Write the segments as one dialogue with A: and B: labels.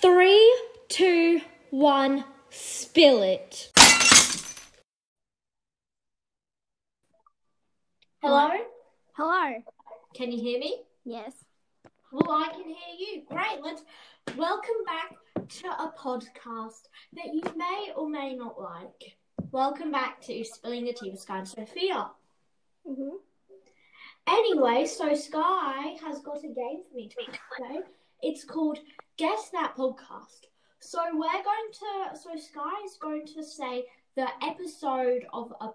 A: Three, two, one, spill it.
B: Hello?
C: Hello.
B: Can you hear me?
C: Yes.
B: Well, I can hear you. Great. Let's welcome back to a podcast that you may or may not like. Welcome back to Spilling the Tea with Sky and Sophia.
C: Mm-hmm.
B: Anyway, so Sky has got a game for me to play. today. It's called Guess That Podcast. So we're going to so Sky is going to say the episode of a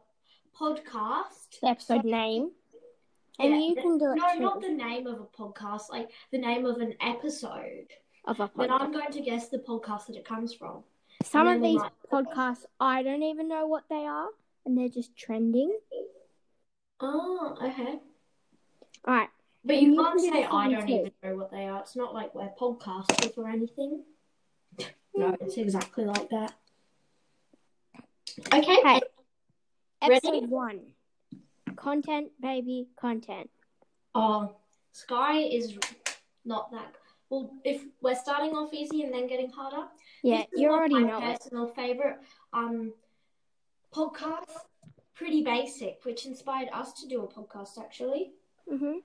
B: podcast.
C: The episode name.
B: Yeah,
C: And you
B: the-
C: can do it
B: No,
C: too.
B: not the name of a podcast, like the name of an episode.
C: of a
B: Then
C: podcast.
B: I'm going to guess the podcast that it comes from.
C: Some
B: and
C: of
B: then
C: these
B: we'll
C: podcasts, I don't even know what they are, and they're just trending.
B: Oh, okay.
C: All right.
B: But
C: And
B: you
C: you
B: can't
C: can do
B: say
C: the
B: I
C: same
B: don't
C: too.
B: even know what they are. It's not like we're podcasters or anything. No, it's exactly like that. Okay.
C: Hey.
B: Ready?
C: Episode one. Content, baby, content.
B: Oh, Sky is not that. Well, if we're starting off easy and then getting harder.
C: Yeah,
B: This is
C: you
B: one of
C: already
B: my
C: know it.
B: personal favorite um podcast, Pretty Basic, which inspired us to do a podcast actually.
C: Mm-hmm.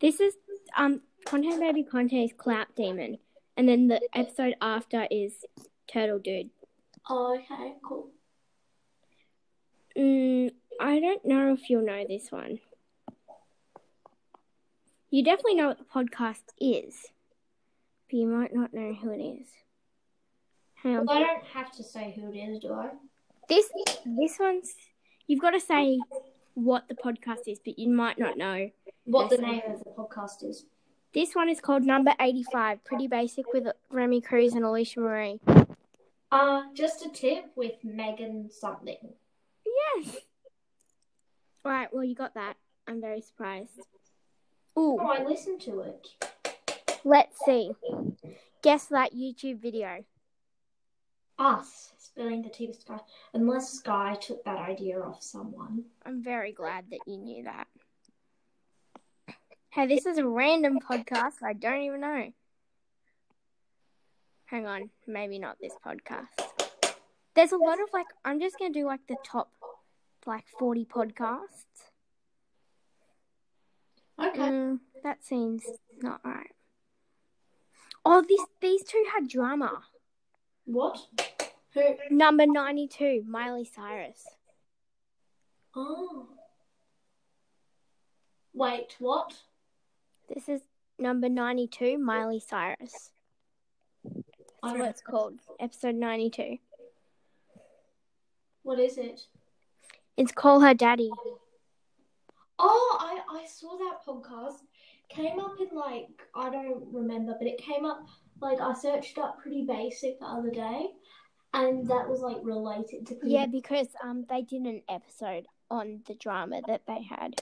C: This is um content, baby, content is Clout Demon, and then the episode after is Turtle Dude.
B: Oh, okay, cool.
C: Mm, I don't know if you'll know this one. You definitely know what the podcast is, but you might not know who it is. Hang on.
B: Well, I don't have to say who it is, do I?
C: This this one's you've got to say what the podcast is, but you might not know.
B: What the
C: Yes, I
B: name of the podcast is.
C: This one is called Number 85, pretty basic with Remy Cruz and Alicia Marie.
B: Uh, just a tip with Megan something.
C: Yes. All right, well you got that. I'm very surprised. Ooh.
B: Oh, I listened to it.
C: Let's see. Guess that YouTube video.
B: Us spilling the tea with Sky. Unless Sky took that idea off someone.
C: I'm very glad that you knew that. Hey, this is a random podcast. I don't even know. Hang on, maybe not this podcast. There's a lot of like, I'm just going to do like the top like 40 podcasts.
B: Okay.
C: Mm, that seems not right. Oh, this, these two had drama.
B: What? Who?
C: Number 92, Miley Cyrus.
B: Oh. Wait, what?
C: This is number 92, Miley Cyrus.
B: I
C: That's
B: don't-
C: what it's called. Episode 92.
B: What is it?
C: It's Call Her Daddy.
B: Oh, I, I saw that podcast. Came up in like I don't remember, but it came up like I searched up pretty basic the other day, and that was like related to pretty
C: Yeah, because um they did an episode on the drama that they had.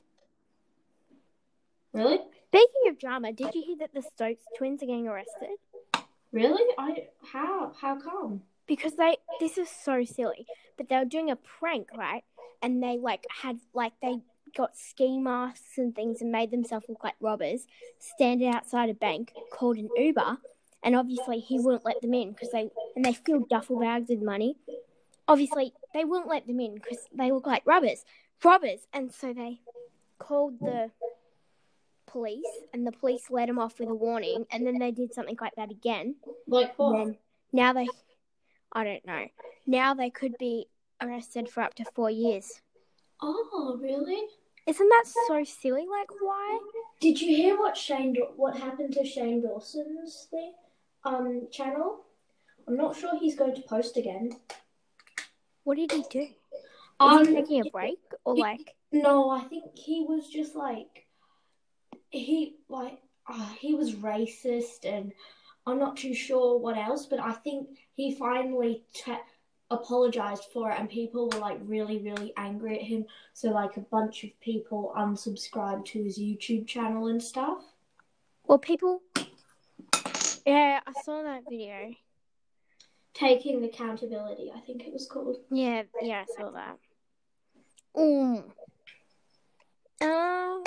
B: Really?
C: Speaking of drama, did you hear that the Stokes twins are getting arrested?
B: Really? I how how come?
C: Because they this is so silly. But they were doing a prank, right? And they like had like they got ski masks and things and made themselves look like robbers, standing outside a bank, called an Uber, and obviously he wouldn't let them in because they and they filled duffel bags with money. Obviously, they wouldn't let them in because they look like robbers, robbers, and so they called the police, and the police let them off with a warning, and then they did something like that again.
B: Like
C: And
B: what?
C: then now they, I don't know. Now they could be arrested for up to four years.
B: Oh, really?
C: Isn't that so silly? Like, why?
B: Did you hear what Shane Daw- what happened to Shane Dawson's thing um channel? I'm not sure he's going to post again.
C: What did he do? Is he
B: Um,
C: taking a break or like?
B: no, I think he was just like he like ah, he was racist and I'm not too sure what else, but I think he finally te- apologized for it and people were like really really angry at him. So like a bunch of people unsubscribed to his YouTube channel and stuff.
C: Well, people. Yeah, I saw that video.
B: Taking accountability, I think it was called.
C: Yeah, yeah, I saw that. Uh, Mm. Um,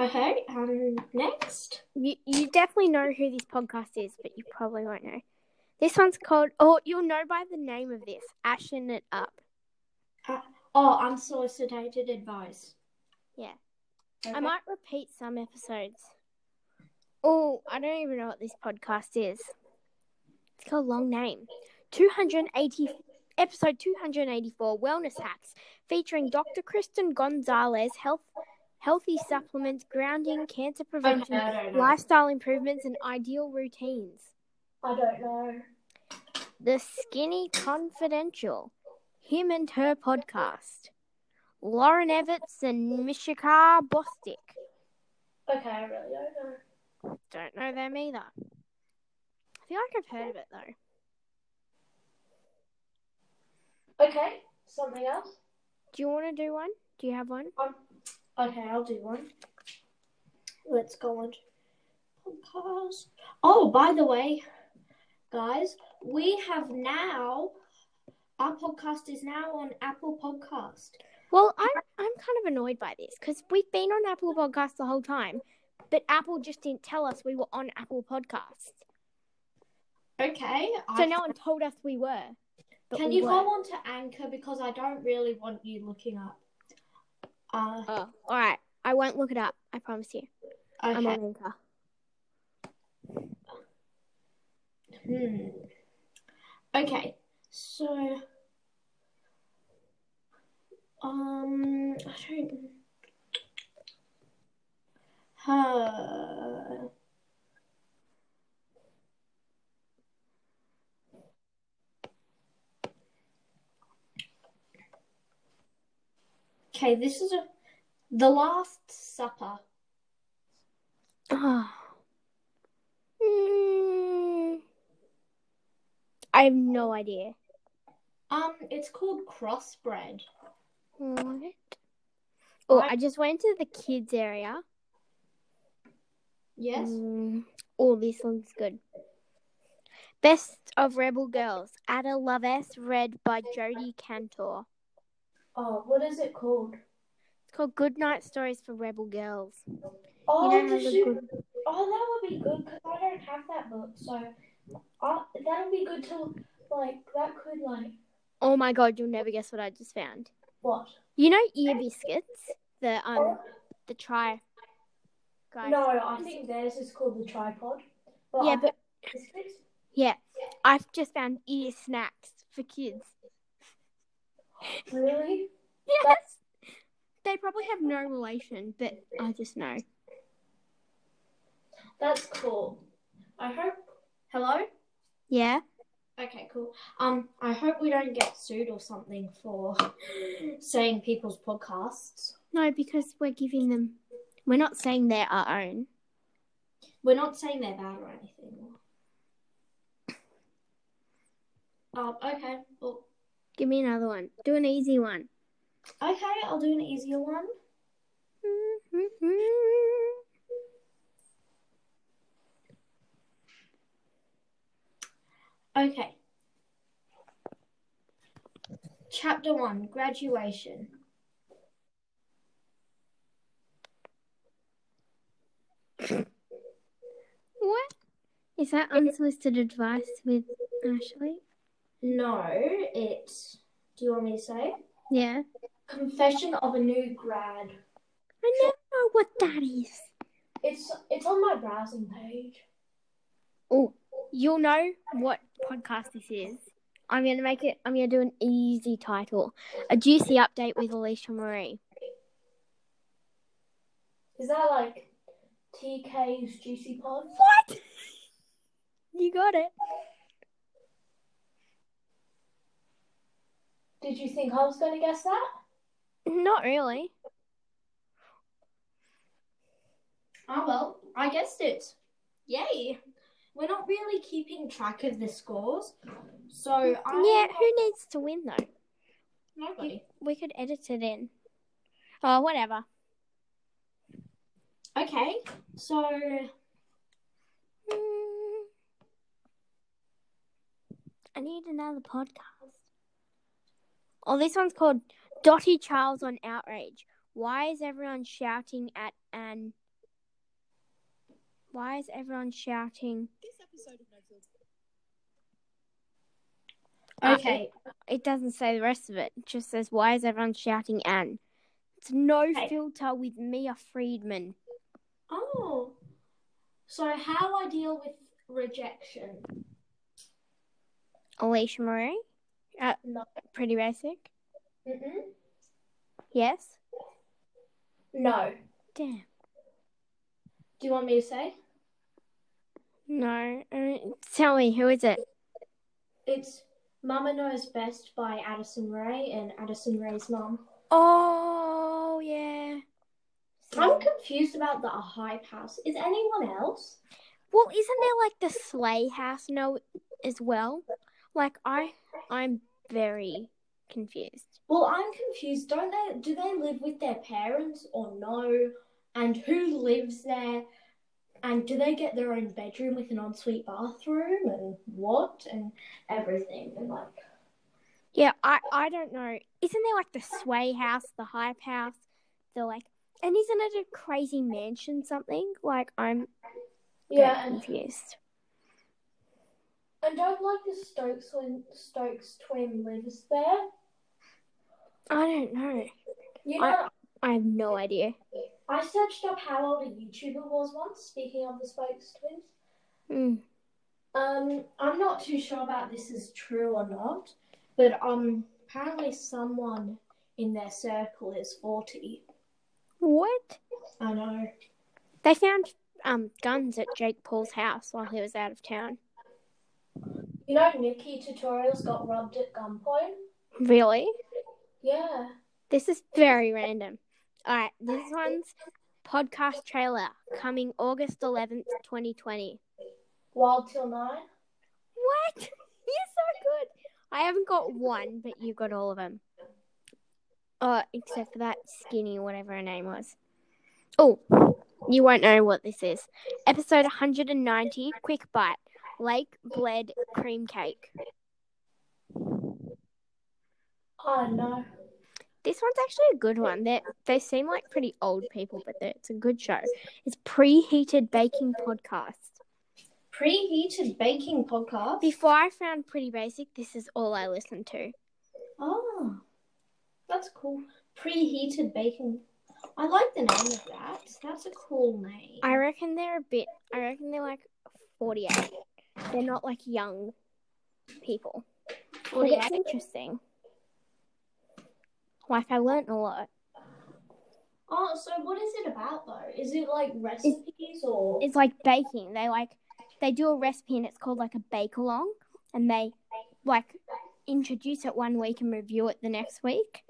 B: Okay, um, next.
C: You, you definitely know who this podcast is, but you probably won't know. This one's called, oh, you'll know by the name of this, Ashen It Up.
B: Oh, unsolicited advice.
C: Yeah.
B: Okay.
C: I might repeat some episodes. Oh, I don't even know what this podcast is. It's got a long name. 280 episode 284 wellness hacks featuring Dr. Kristen Gonzalez health healthy supplements, grounding, cancer prevention,
B: Okay, I don't know.
C: lifestyle improvements and ideal routines.
B: I don't know.
C: The Skinny Confidential, him and her podcast. Lauren Evans and Mishika Bostic.
B: Okay, I really don't know.
C: Don't know them either. I feel like I've heard of it though.
B: Okay, something else?
C: Do you want to do one? Do you have one?
B: Um, okay, I'll do one. Let's go on to podcast. Oh, by the way, guys, we have now our podcast is now on Apple Podcast.
C: Well, I'm I'm kind of annoyed by this because we've been on Apple Podcasts the whole time, but Apple just didn't tell us we were on Apple Podcasts.
B: Okay,
C: So
B: I-
C: no one told us we were. but
B: can
C: we
B: you
C: were.
B: go on to Anchor because I don't really want you looking up. Uh,
C: Oh, all right. I won't look it up. I promise you. I'm
B: okay.
C: on Anchor.
B: Hmm. Okay, so um, I don't. Uh, okay, this is a the Last Supper.
C: Oh. Mm. I have no idea.
B: Um, it's called Crossbread.
C: What? Oh,
B: I-
C: I just went to the kids area.
B: Yes.
C: Mm. Oh, this one's good. Best of Rebel Girls, Ada Lovess, read by Jodie Cantor.
B: Oh, what is it called?
C: It's called Good Night Stories for Rebel Girls. You
B: Oh,
C: know
B: did
C: the
B: you-
C: good-
B: Oh, that would be good because I don't have that book, so I, that would be good to like. That could like
C: Oh my god, you'll never guess what I just found.
B: what? Oh,
C: You know ear biscuits? The um the try guys.
B: no, I think theirs is called the tripod. But
C: Yeah,
B: I-
C: but
B: biscuits.
C: yeah. I've just found ear snacks for kids.
B: Really?
C: Yes. They probably have no relation, but I just know.
B: That's cool. I hope. Hello.
C: Yeah.
B: Okay, cool. Um, I hope we don't get sued or something for saying people's podcasts.
C: No, because we're giving them. We're not saying they're our own.
B: We're not saying they're bad or anything. Um. Okay. Well.
C: Give me another one. Do an easy one.
B: Okay. I'll do an easier one.
C: Mm-hmm.
B: Okay. Chapter 1 Graduation.
C: What? Is that unsolicited advice with Ashley?
B: No, it's. Do you want me to say?
C: Yeah.
B: Confession of a New Grad.
C: I never know what that is.
B: It's it's on my browsing page.
C: Oh, you'll know what podcast this is. I'm gonna make it. I'm gonna do an easy title. A juicy update with Alicia Marie.
B: Is that like TK's Juicy Pod?
C: What? You got it.
B: Did you think I was going to guess that?
C: Not really.
B: Oh, well, I guessed it. Yay! We're not really keeping track of the scores, so I.
C: Yeah. Who needs to win though?
B: Nobody.
C: We could edit it in. Oh, whatever.
B: Okay, so
C: Mm. I need another podcast. Oh, this one's called Dotty Charles on Outrage. Why is everyone shouting at an Why is everyone shouting?
D: This episode of No Filter.
C: Uh,
B: Okay.
C: It doesn't say the rest of it. It just says, Why is everyone shouting Anne? It's No
B: Okay.
C: Filter with Mia Friedman.
B: Oh. So how I deal with rejection?
C: Alicia Marie? Uh,
B: No.
C: Pretty basic.
B: Mm-mm.
C: Yes?
B: No.
C: Damn.
B: Do you want me to say?
C: No. I mean, tell me, who is it?
B: It's Mama Knows Best by Addison Ray and Addison Ray's mom.
C: Oh, yeah.
B: I'm confused about the hype house. Is anyone else?
C: Well, isn't there like the sleigh house no as well? Like I I'm very confused.
B: Well, I'm confused. Don't they do they live with their parents or no? And who lives there? And do they get their own bedroom with an ensuite bathroom and what and everything and like
C: Yeah, I I don't know. Isn't there like the sway house, the hype house, the like and isn't it a crazy mansion something? Like I'm very
B: yeah and,
C: confused.
B: and don't like the Stokes twin Stokes twin lives there.
C: I don't know.
B: You know,
C: I- I have no idea.
B: I searched up how old a YouTuber was once, speaking of the Spokes twins.
C: Mm.
B: Um, I'm not too sure about this is true or not, but um, apparently someone in their circle is 40.
C: What?
B: I know.
C: They found um guns at Jake Paul's house while he was out of town.
B: You know, Nikki Tutorials got robbed at gunpoint?
C: Really?
B: Yeah.
C: This is very random. All right, this one's podcast trailer coming August 11th, 2020.
B: Wild Till Nine?
C: What? You're so good. I haven't got one, but you got all of them. Uh, except for that skinny, whatever her name was. Oh, you won't know what this is. Episode 190, Quick Bite Lake Bled Cream Cake.
B: I don't know.
C: This one's actually a good one. They they seem like pretty old people, but they're- it's a good show. It's preheated baking podcast.
B: Preheated Baking Podcast?
C: Before I found Pretty Basic, this is all I listened to.
B: Oh, that's cool. Preheated Baking. I like the name of that. That's a cool name.
C: I reckon they're a bit. I reckon they're like forty-eight. They're not like young people. But it's
B: 48.
C: interesting. Like I learnt a lot.
B: Oh, so what is it about though? Is it like recipes or?
C: It's like baking. They like they do a recipe and it's called like a bake along, and they like introduce it one week and review it the next week.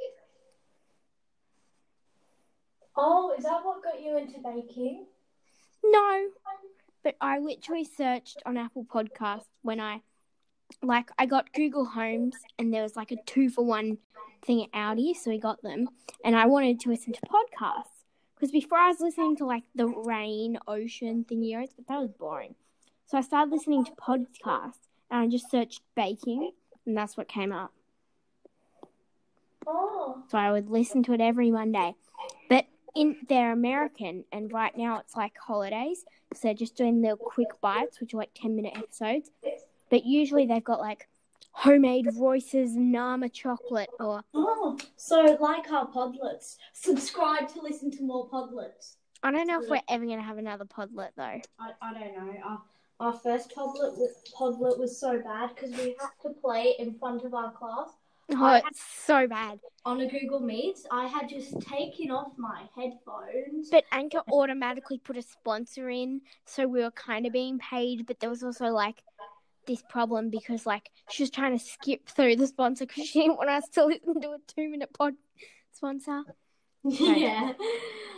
B: oh, is that what got you into baking?
C: No, but I literally searched on Apple Podcasts when I, like, I got Google Homes and there was like a two for one thing at Audi, so we got them. And I wanted to listen to podcasts because before I was listening to like the rain, ocean thingy, but that was boring. So I started listening to podcasts and I just searched baking and that's what came up.
B: Oh,
C: So I would listen to it every Monday. But in they're American and right now it's like holidays. So they're just doing little quick bites, which are like ten minute episodes. But usually they've got like homemade Royce's Nama chocolate or
B: oh. So like our podlets, subscribe to listen to more podlets.
C: I don't know if we're ever gonna have another podlet though.
B: I, I don't know. Our, our first podlet was, podlet was so bad because we had to play it in front of our class
C: Oh, it's so bad.
B: on a Google Meet. I had just taken off my headphones.
C: But Anchor automatically put a sponsor in, so we were kind of being paid, but there was also like this problem because like she was trying to skip through the sponsor because she didn't want us to listen to a two minute pod sponsor.
B: yeah,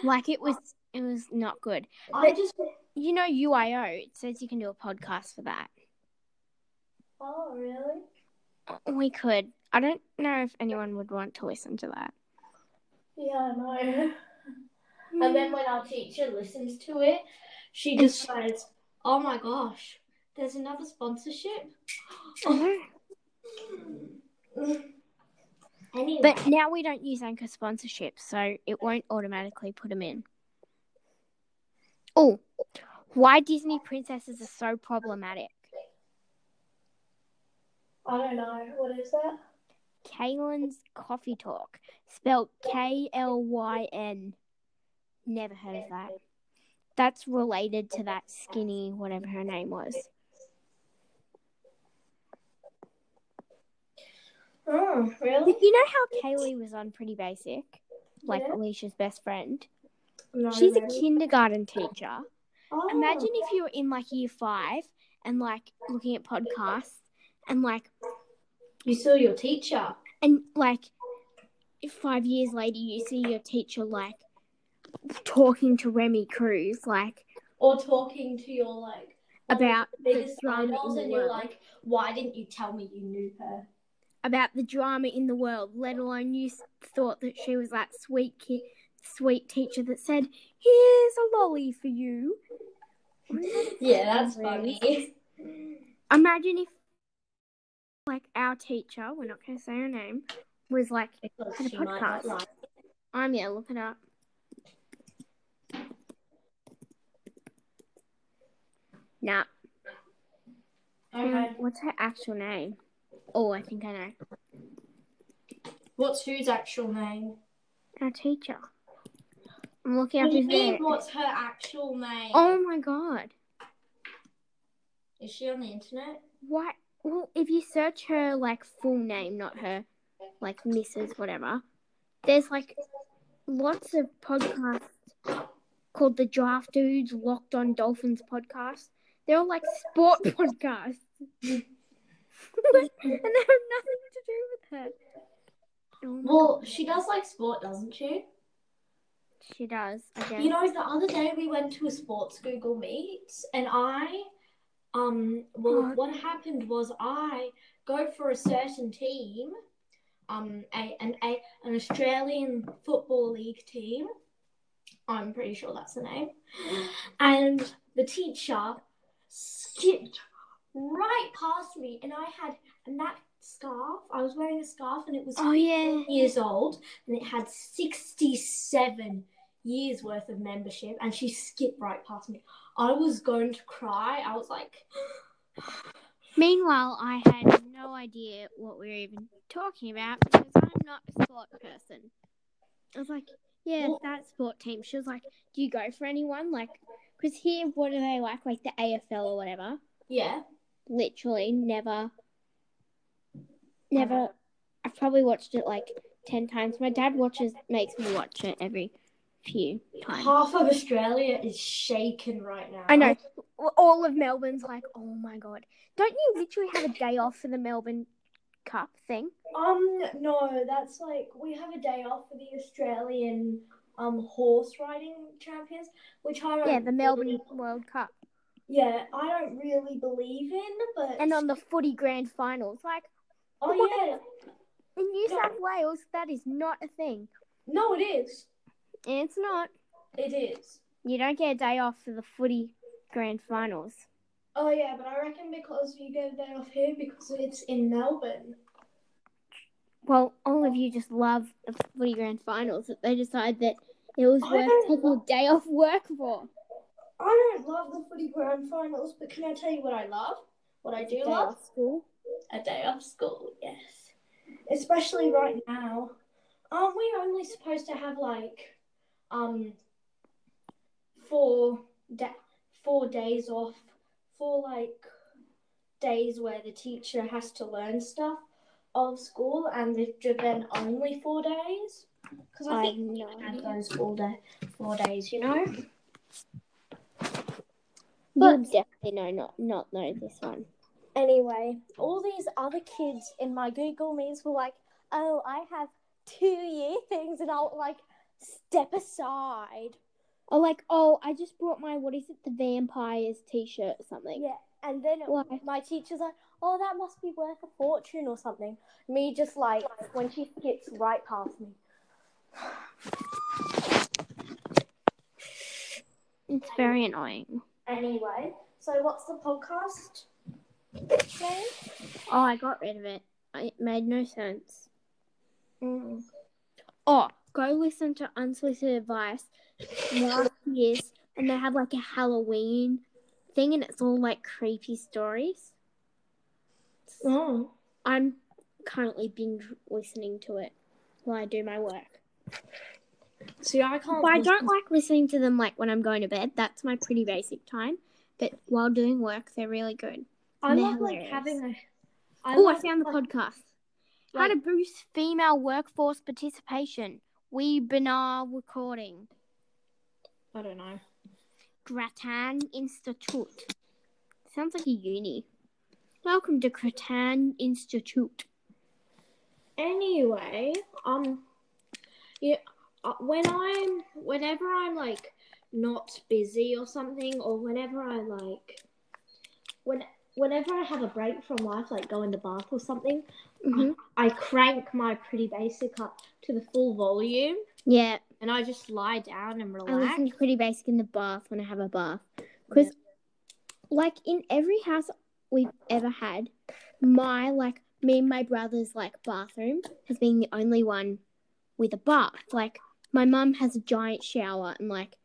C: Like it was, it was not good.
B: I just.
C: You know, UIO it says you can do a podcast for that.
B: Oh really?
C: We could. I don't know if anyone would want to listen to that.
B: Yeah, I know. And then when our teacher listens to it, she just says, "Oh my gosh, there's another sponsorship." Anyway,
C: But now we don't use Anchor sponsorship, so it won't automatically put them in. Oh, why Disney princesses are so problematic.
B: I don't know. What is that?
C: Kaylin's Coffee Talk, spelled K L Y N. Never heard of that. That's related to that skinny, whatever her name was.
B: Oh, really?
C: You know how Kaylee was on Pretty Basic, like
B: Yeah.
C: Alicia's best friend?
B: No,
C: She's a
B: really.
C: kindergarten teacher.
B: Oh.
C: Imagine if you were in like year five and like looking at podcasts and like
B: you saw your teacher.
C: and like five years later you see your teacher like talking to Remy Cruz like
B: or talking to your like one of
C: about
B: the
C: the
B: biggest
C: drama in
B: idols,
C: the
B: and you're
C: world
B: like, why didn't you tell me you knew her?
C: about the drama in the world let alone you s- thought that she was that sweet kid sweet teacher that said here's a lolly for you
B: Yeah, that's
C: Really?
B: funny.
C: imagine if like our teacher we're not going to say her name was like
B: Because
C: Had a
B: she might not
C: podcast.
B: like.
C: I'm yeah look it up nah Hang on,
B: Okay.
C: What's her actual name? Oh, I think I know.
B: What's whose actual name?
C: Our teacher. I'm looking
B: What
C: up
B: do you
C: his name.
B: mean, what's her actual name?
C: Oh my god.
B: Is she on the internet?
C: What? Well, if you search her like full name, not her like Mrs. whatever, there's like lots of podcasts called the Draft Dudes Locked on Dolphins podcast. They're all like sport podcasts. and they have nothing to do with her. Oh my
B: Well, she does like sport, doesn't she?
C: God, she does, I guess.
B: You know, the other day we went to a sports Google Meet, and I, um, well,
C: Oh.
B: what happened was I go for a certain team, um, a, an a, an Australian football league team. I'm pretty sure that's the name, and the teacher skipped right past me, and I had and that scarf. I was wearing a scarf, and it was
C: oh, yeah.
B: years old and it had 67 years worth of membership and she skipped right past me i was going to cry i was like
C: Meanwhile, I had no idea what we were even talking about because I'm not a sport person. I was like, yeah,
B: Well-
C: that sport team. She was like, do you go for anyone? Like, because here, what do they like? Like the AFL or whatever.
B: yeah
C: Literally, never, never. I've probably watched it like 10 times. My dad watches, makes me watch it every few times.
B: half of australia is shaken right now
C: I know. All of Melbourne's like, oh my god. Don't you literally have a day off for the Melbourne Cup thing?
B: um no that's like we have a day off for the australian um horse riding champions which i don't
C: Yeah, the Melbourne
B: really-
C: World Cup.
B: yeah i don't really believe in but
C: And um, on the footy grand finals. Like,
B: oh yeah
C: in New
B: No.
C: South Wales, that is not a thing.
B: no it is
C: It's not.
B: it is
C: You don't get a day off for the footy grand finals.
B: Oh yeah, but I reckon because you go down off here because it's in Melbourne.
C: Well, all of you just love the footy grand finals that they decide that it was
B: I
C: worth
B: don't
C: taking a day off work for.
B: I don't love the footy grand finals, but can I tell you what I love? What I do
C: Day
B: love?
C: off school.
B: A day off school, yes. Especially right now. Aren't we only supposed to have like um four da- four days off four like days where the teacher has to learn stuff of school and they've given only four days? Because I
C: I
B: think
C: have no
B: had
C: idea.
B: those all day, four days, you know.
C: You definitely know not not know this one.
D: Anyway, all these other kids in my Google Meets were like, oh, I have two year things, and I'll like step aside.
C: Or like, oh, I just brought my what is it, the vampires t shirt or something.
D: Yeah, and then
C: Why?
D: my teacher's like, oh, that must be worth a fortune or something. Me just like, when she skips right past me.
C: It's very annoying.
D: Anyway, so what's the podcast? name?
C: Oh, I got rid of it. It made no sense.
B: Mm.
C: Oh, go listen to Unsolicited Advice last year's and they have like a Halloween thing, and it's all like creepy stories.
B: Oh.
C: I'm currently binge listening to it while I do my work.
B: See, I can't.
C: But I
B: listen-
C: don't like listening to them like when I'm going to bed. That's my pretty basic time. But while doing work, they're really good.
B: I love
C: They're
B: like
C: hilarious.
B: having a. I
C: Oh, I
B: love,
C: found the
B: like-
C: podcast. How to boost female workforce participation. Webinar recording.
B: I don't know.
C: Gratan Institute. Sounds like a uni. Welcome to Gratan Institute.
B: Anyway, um, yeah, uh, when I'm, whenever I'm like not busy or something, or whenever I like, when whenever I have a break from life, like go in the bath or something,
C: Mhm.
B: I crank my pretty basic up to the full volume,
C: Yeah,
B: and I just lie down and
C: I
B: relax.
C: listen to Pretty Basic in the bath when I have a bath. Because, like, in every house we've ever had, my, like, me and my brother's, like, bathroom has been the only one with a bath. Like, my mum has a giant shower and, like,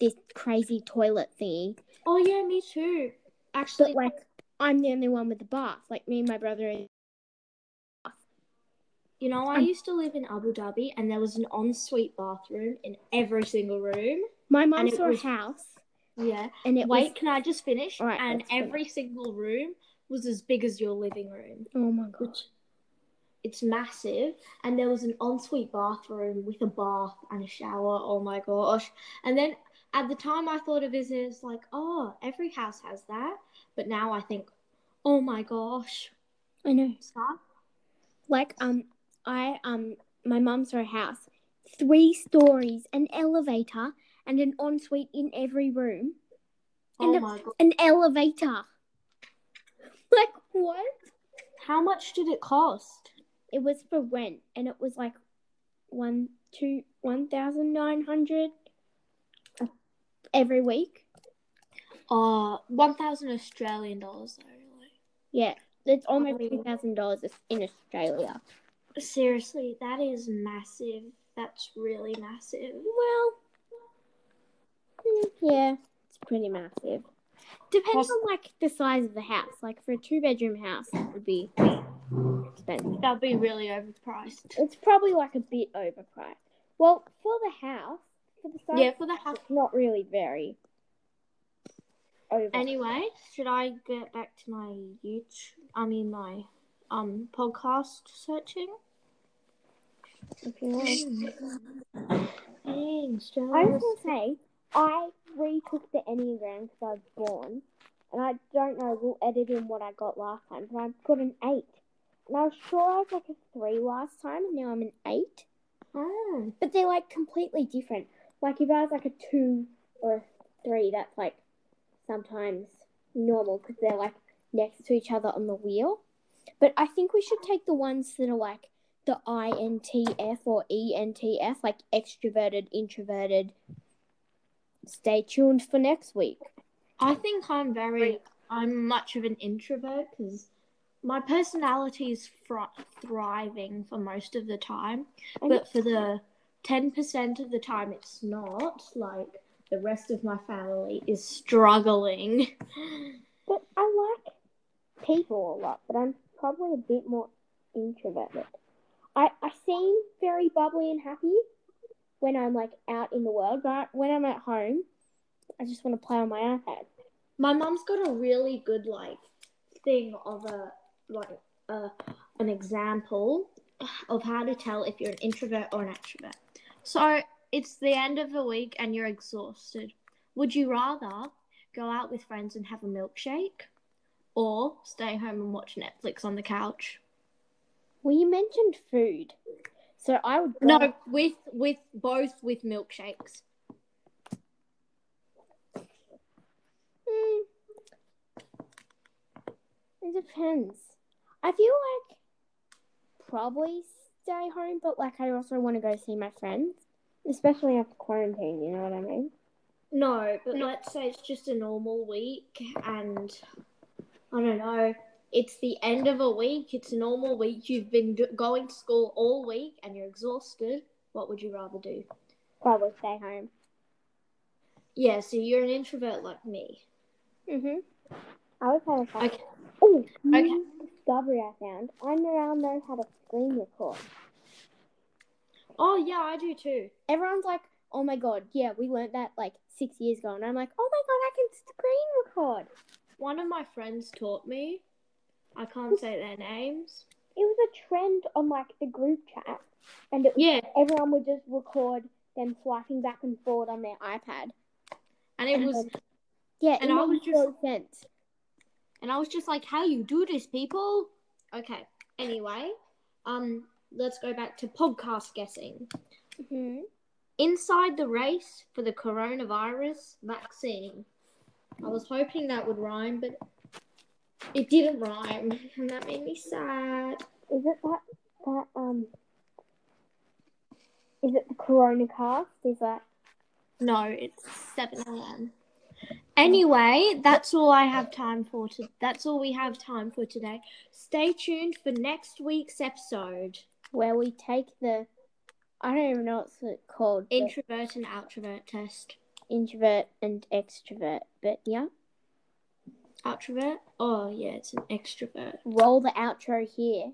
C: this crazy toilet thingy.
B: Oh yeah, me too. Actually,
C: But, like, I'm the only one with a bath. Like, me and my brother are
B: you know, I
C: um,
B: used to live in Abu Dhabi, and there was an ensuite bathroom in every single room.
C: My mum
B: And it
C: saw
B: was-
C: a house,
B: Yeah.
C: and it
B: Wait,
C: was
B: can I just finish?
C: All right,
B: and
C: let's finish.
B: every single room was as big as your living room.
C: oh my god,
B: Which- It's massive, and there was an ensuite bathroom with a bath and a shower. Oh my gosh! And then at the time, I thought of it as like, oh, every house has that. But now I think, oh my gosh, Oh
C: I know.
B: stop.
C: Like um, I um, my mum saw a house, three stories, an elevator, and an ensuite in every room.
B: Oh
C: And it-
B: my god!
C: An elevator. Like what?
B: How much did it cost?
C: It was for rent, and it was like one two one thousand nine hundred every week.
B: Uh, one thousand Australian dollars. Though, like,
C: Yeah, it's almost
B: Unbelievable.
C: two thousand dollars in Australia.
B: seriously, that is massive. That's really massive.
C: Well, mm, yeah, it's pretty massive. Depends
B: Poss-
C: on like the size of the house. Like for a two bedroom house, it would be expensive.
B: That'd be really overpriced.
C: It's probably like a bit overpriced. Well, for the house, for the size,
B: Yeah, for the house.
C: it's not really very over.
B: Anyway, should I get back to my YouTube? I mean, my um podcast searching.
C: if you want.
B: Thanks,
C: I
B: Joe.
C: was gonna say I retook the enneagram because I was born, and I don't know. We'll edit in what I got last time, but I've got an eight, and I was sure I was like a three last time, and now I'm an eight.
B: Oh,
C: But they're like completely different. Like if I was like a two or a three, that's like sometimes normal because they're like next to each other on the wheel. But I think we should take the ones that are like the INTF or E ENTF, like extroverted, introverted. Stay tuned for next week.
B: I think I'm very. I'm much of an introvert because my personality is fri thriving for most of the time,
C: Oh,
B: but for the ten percent of the time, it's not. Like the rest of my family is struggling.
C: But I like people a lot, but I'm probably a bit more introverted. I, I seem very bubbly and happy when I'm like out in the world, but when I'm at home, I just want to play on my iPad.
B: My mum's got a really good like thing of a like a, an example of how to tell if you're an introvert or an extrovert. So it's the end of the week and you're exhausted. Would you rather go out with friends and have a milkshake, or stay home and watch Netflix on the couch?
C: Well, you mentioned food, so I would go-
B: No, with with both with milkshakes.
C: Mm. It depends. I feel like probably stay home, but like I also want to go see my friends, especially after quarantine. You know what I mean?
B: No, but let's say it's just a normal week and I don't know. It's the end of a week. It's a normal week. You've been do- going to school all week and you're exhausted. What would you rather do?
C: Probably stay home.
A: Yeah, so you're an introvert like me.
C: Mm-hmm. I was kind of fun.
A: Okay.
C: Oh,
A: Okay.
C: discovery I found. I now know how to screen record.
A: Oh yeah, I do too.
C: Everyone's like, "Oh my god, yeah, we learned that like six years ago," and I'm like, "Oh my god, I can screen record."
A: One of my friends taught me. I can't say their names.
C: It was a trend on like the group chat, and it,
A: Yeah,
C: everyone would just record them swiping back and forward on their iPad.
A: and it was
C: Yeah,
A: And
C: it
A: I
C: makes
A: was just-
C: no sense.
A: and I was just like, "How you do this, people?" Okay. Anyway, um, let's go back to podcast guessing.
C: hmm
A: Inside the race for the coronavirus vaccine. I was hoping that would rhyme, but it didn't rhyme, and that made me sad.
C: Is it that that um? Is it the Corona cast? Is that
A: No, it's 7 a.m. Anyway, that's all I have time for. To- that's all we have time for today. Stay tuned for next week's episode.
C: where we take the? I don't even know what's it called. the
A: Introvert and outrovert test.
C: introvert and extrovert. But yeah,
A: Outrovert? Oh, yeah, it's an extrovert.
C: roll the outro here.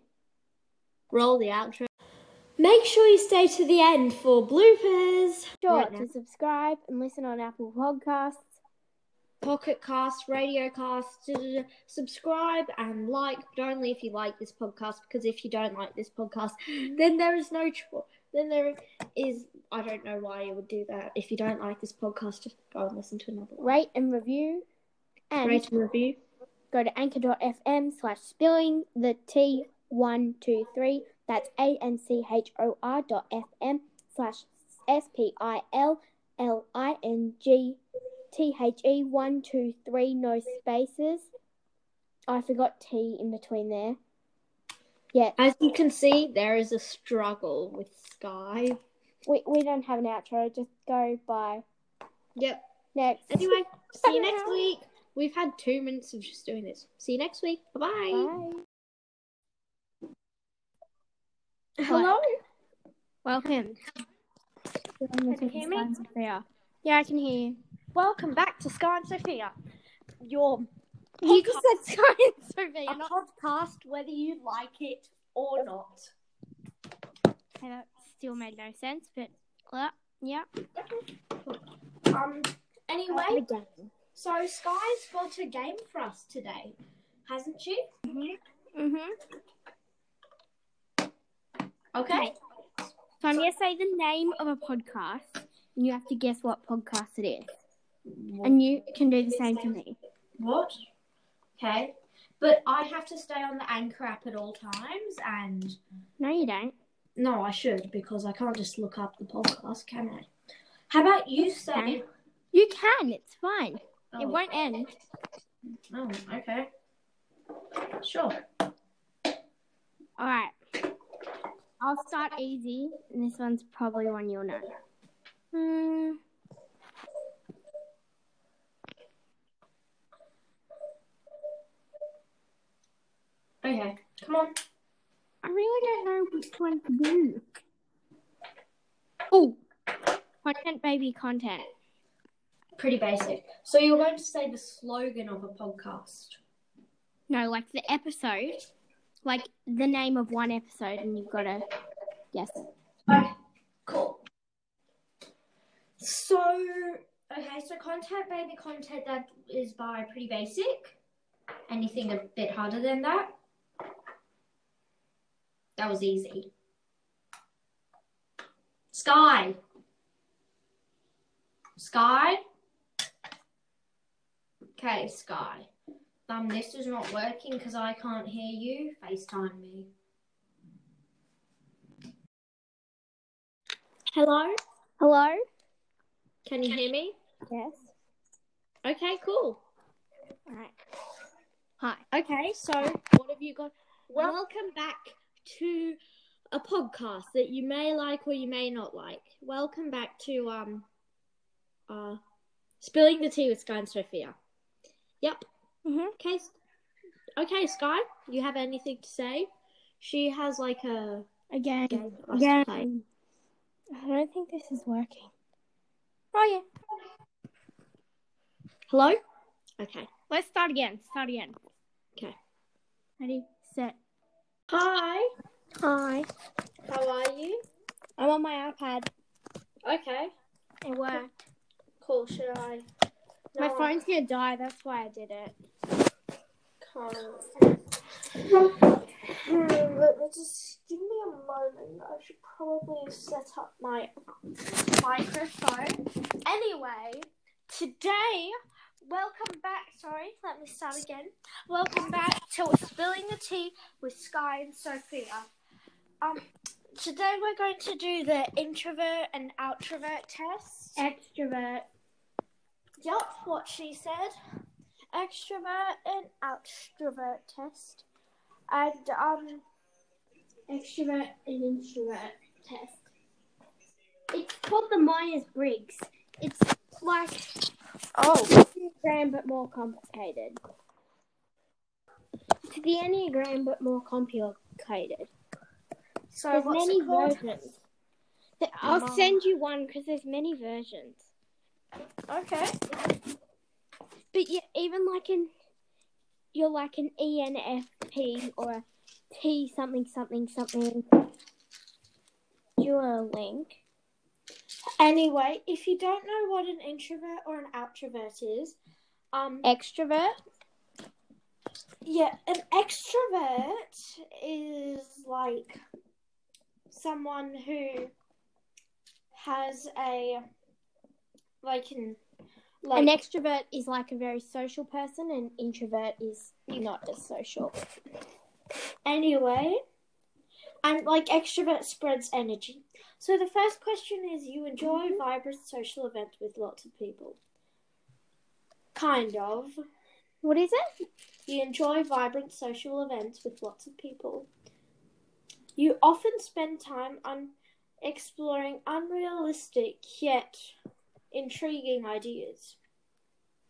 A: Roll the outro. Make sure you stay to the end for bloopers.
C: Sure
A: Right now.
C: to subscribe and listen on Apple Podcasts.
A: Pocket cast, radio cast, da, da, da. subscribe and like, but only if you like this podcast. Because if you don't like this podcast, then there is no cho- then there is. I don't know why you would do that. If you don't like this podcast, just go and listen to another one.
C: Rate and review. And
A: Rate and review.
C: go to anchor.fm slash spilling the T one two three. That's A N C H O R dot F M slash S P I L L I N G T H E one two three no spaces. I forgot T in between there. Yeah,
A: As you can see, there is a struggle with Sky.
C: we, we don't have an outro, just go by
A: Yep.
C: next.
A: Anyway, see you next week. We've had two minutes of just doing this. See you next week. Bye-bye.
C: Bye.
A: bye.
C: Welcome.
D: Can you hear me?
C: Yeah, I can hear you.
D: Welcome back to Sky and Sophia, your
C: You just said science over
D: a podcast whether you like it or not.
C: And that still made no sense, but uh, yeah.
B: Um. Anyway, so Sky's got a game for us today, hasn't she?
C: Mm-hmm.
B: Okay.
C: So I'm going to say the name of a podcast, and you have to guess what podcast it is. And you can do the same for me.
B: What? Okay. But I have to stay on the Anchor app at all times, and
C: No, you don't.
B: no, I should because I can't just look up the podcast, can I? How about you say?
C: Okay. You can. It's fine. It
B: Oh.
C: won't end.
B: Oh, okay. Sure.
C: All right. I'll start easy, and this one's probably one you'll know. Hmm.
B: Okay. Come on.
C: I really don't know which one to do. Oh, content, baby, content.
B: Pretty basic. So you're going to say the slogan of a podcast.
C: No, like the episode, like the name of one episode, and you've got to guess it.
B: Okay, cool. So, okay, so Contact Baby Contact, that is by Pretty Basic. Anything a bit harder than that? That was easy. Sky. Sky. Okay, Sky. Um, this is not working because I can't hear you. FaceTime me.
A: Hello?
C: Hello?
A: Can you hear me?
C: Yes.
A: Okay, cool.
C: All right. Hi.
A: Okay, so what have you got? Welcome back to a podcast that you may like or you may not like. Welcome back to um uh spilling the tea with Sky and Sophia. Yep.
C: Mhm.
A: Okay. s- Okay, Sky, you have anything to say? She has like a
C: Again.
A: game for us to play.
C: Again. I don't think this is working. Oh, yeah.
A: Hello? Okay.
C: Let's start again. Start again.
A: 'Kay.
C: Ready, set.
A: Hi.
C: Hi.
A: How are you?
C: I'm on my iPad.
A: Okay.
C: It worked.
A: Cool. Should I?
C: My phone's gonna die. That's why I did it.
A: can't. Hmm, Let me just give me a moment. I should probably set up my microphone. Anyway, today, welcome back. Sorry, let me start again. Welcome back to Spilling the Tea with Sky and Sophia. Um, today we're going to do the introvert and outrovert test.
C: Extrovert.
A: Yup, what she said. Extrovert and extrovert test. And um
C: Extrovert and introvert test. It's called the Myers Briggs. It's like
A: Oh
C: Enneagram but more complicated. It's the Enneagram but more complicated.
A: so
C: There's
A: what's
C: many
A: it called?
C: versions. Th- I'll send you one because there's many versions.
A: Okay.
C: But yeah, even like an you're like an E ENFP or a T something something something Duolink.
A: Anyway, if you don't know what an introvert or an outrovert is, um
C: Extrovert.
A: yeah, an extrovert is like someone who has a like an like
C: An extrovert is like a very social person, and introvert is not as social.
A: anyway. And like extrovert spreads energy. So the first question is you enjoy vibrant social events with lots of people. Kind of.
C: What is it?
A: You enjoy vibrant social events with lots of people. You often spend time on exploring unrealistic yet intriguing ideas.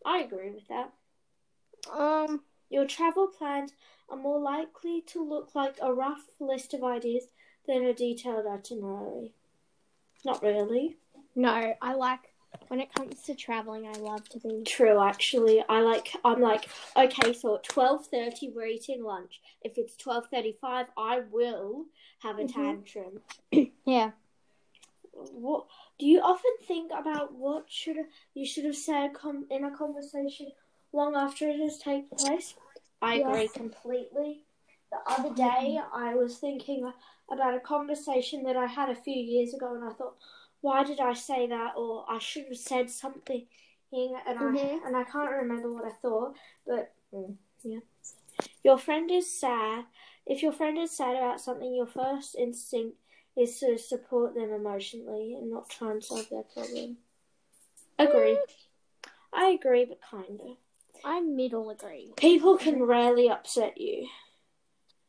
A: I agree with that.
C: Um,
A: Your travel plans are more likely to look like a rough list of ideas than a detailed itinerary. Not really.
C: no, I like when it comes to traveling. I love to be.
A: True, actually. I like. I'm like, okay, so at twelve thirty we're eating lunch. If it's twelve thirty-five, I will have a
C: Mhm.
A: tantrum.
C: Yeah,
A: What do you often think about? What should you should have said com- in a conversation long after it has taken place? I
C: Yes.
A: agree completely. The other day, I was thinking about a conversation that I had a few years ago, and I thought, why did I say that? Or I should have said something, and
C: Mhm.
A: I and I can't remember what I thought, but yeah. Your friend is sad. If your friend is sad about something, your first instinct is to support them emotionally and not try and solve their problem. Agree. I agree, but kinda.
C: I'm middle agree.
A: People can rarely upset you.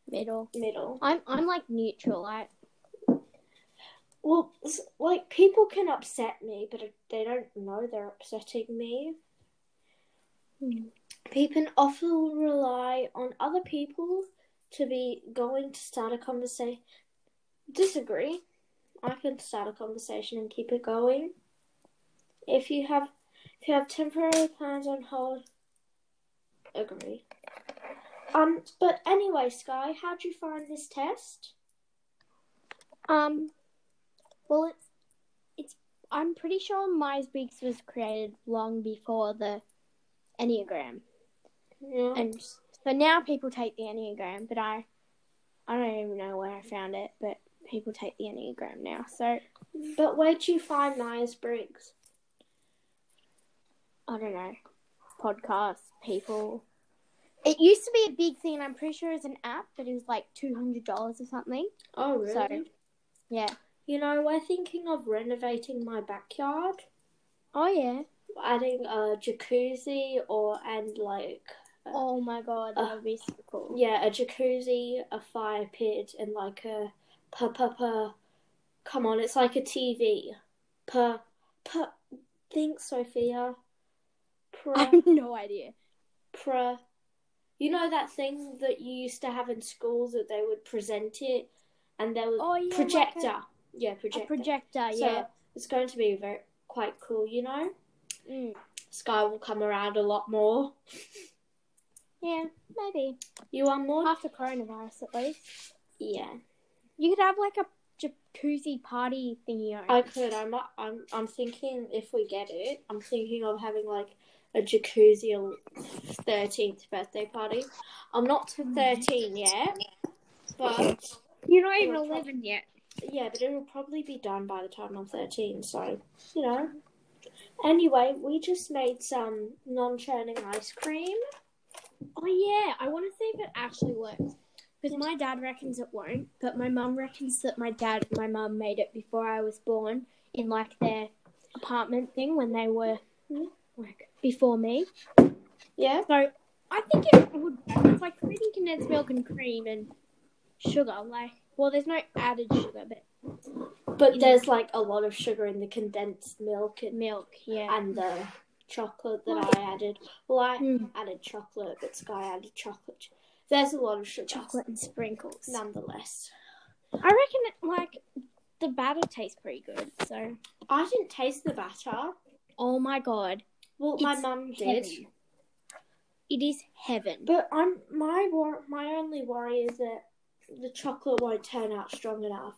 C: Middle.
A: Middle.
C: I'm I'm like neutral. I
A: Well, s- like people can upset me, but uh, they don't know they're upsetting me.
C: Hmm.
A: People often rely on other people to be going to start a conversation. Disagree. I can start a conversation and keep it going. If you have, if you have temporary plans on hold, agree. Um, but anyway, Sky, how'd you find this test?
C: um. Well, it's it's. I'm pretty sure Myers Briggs was created long before the Enneagram,
A: Yeah.
C: and so now people take the Enneagram. But I, I don't even know where I found it, but people take the Enneagram now. So
A: But where'd you find Myers Briggs?
C: I don't know. Podcasts, people. It used to be a big thing. and I'm pretty sure it was an app, but it was like two hundred dollars or something.
A: Oh,
C: really? Yeah.
A: You know, we're thinking of renovating my backyard,
C: Oh yeah.
A: adding a jacuzzi or and like
C: Oh my god, that would be so cool.
A: yeah, a jacuzzi, a fire pit, and like a pa pa pa. Come on, it's like a TV. Pa pa. Think, Sophia.
C: I
A: Pra
C: have no idea.
A: pra. You know that thing that you used to have in schools that they would present it, and there was
C: Oh yeah, like a-
A: projector. yeah,
C: a
A: projector.
C: projector,
A: So
C: yeah.
A: it's going to be very quite cool, you know.
C: Mm.
A: Sky will come around a lot more.
C: Yeah, maybe.
A: You are more?
C: After coronavirus, at least.
A: Yeah.
C: You could have like a jacuzzi party thingy. Over.
A: I could. I'm. I'm. I'm thinking if we get it, I'm thinking of having like a jacuzzi thirteenth birthday party. I'm not to thirteen yet, but
C: You're not
A: even
C: even 11 yet.
A: yeah, but it'll probably be done by the time I'm thirteen. So you know. Anyway, we just made some non-churning ice cream.
C: Oh, yeah. I want to see if it actually works. Because my dad reckons it won't, but my mum reckons that my dad and my mum made it before I was born in like their apartment thing when they were like before me.
A: Yeah.
C: So I think it would. It's like creating condensed milk and cream and sugar. Like, well, there's no added sugar, but
A: But there's like a lot of sugar in the condensed milk and
C: milk. Yeah.
A: and the chocolate that I added. Well, I
C: Mm.
A: added chocolate, but Sky added chocolate. There's a lot of sugar.
C: Chocolate and sprinkles.
A: Nonetheless,
C: I reckon it, like the batter tastes pretty good. So,
A: I didn't taste the batter.
C: oh my god,
A: Well, my
C: It's
A: mum did,
C: heavy. it is heaven.
A: but I'm my wor- my only worry is that the chocolate won't turn out strong enough.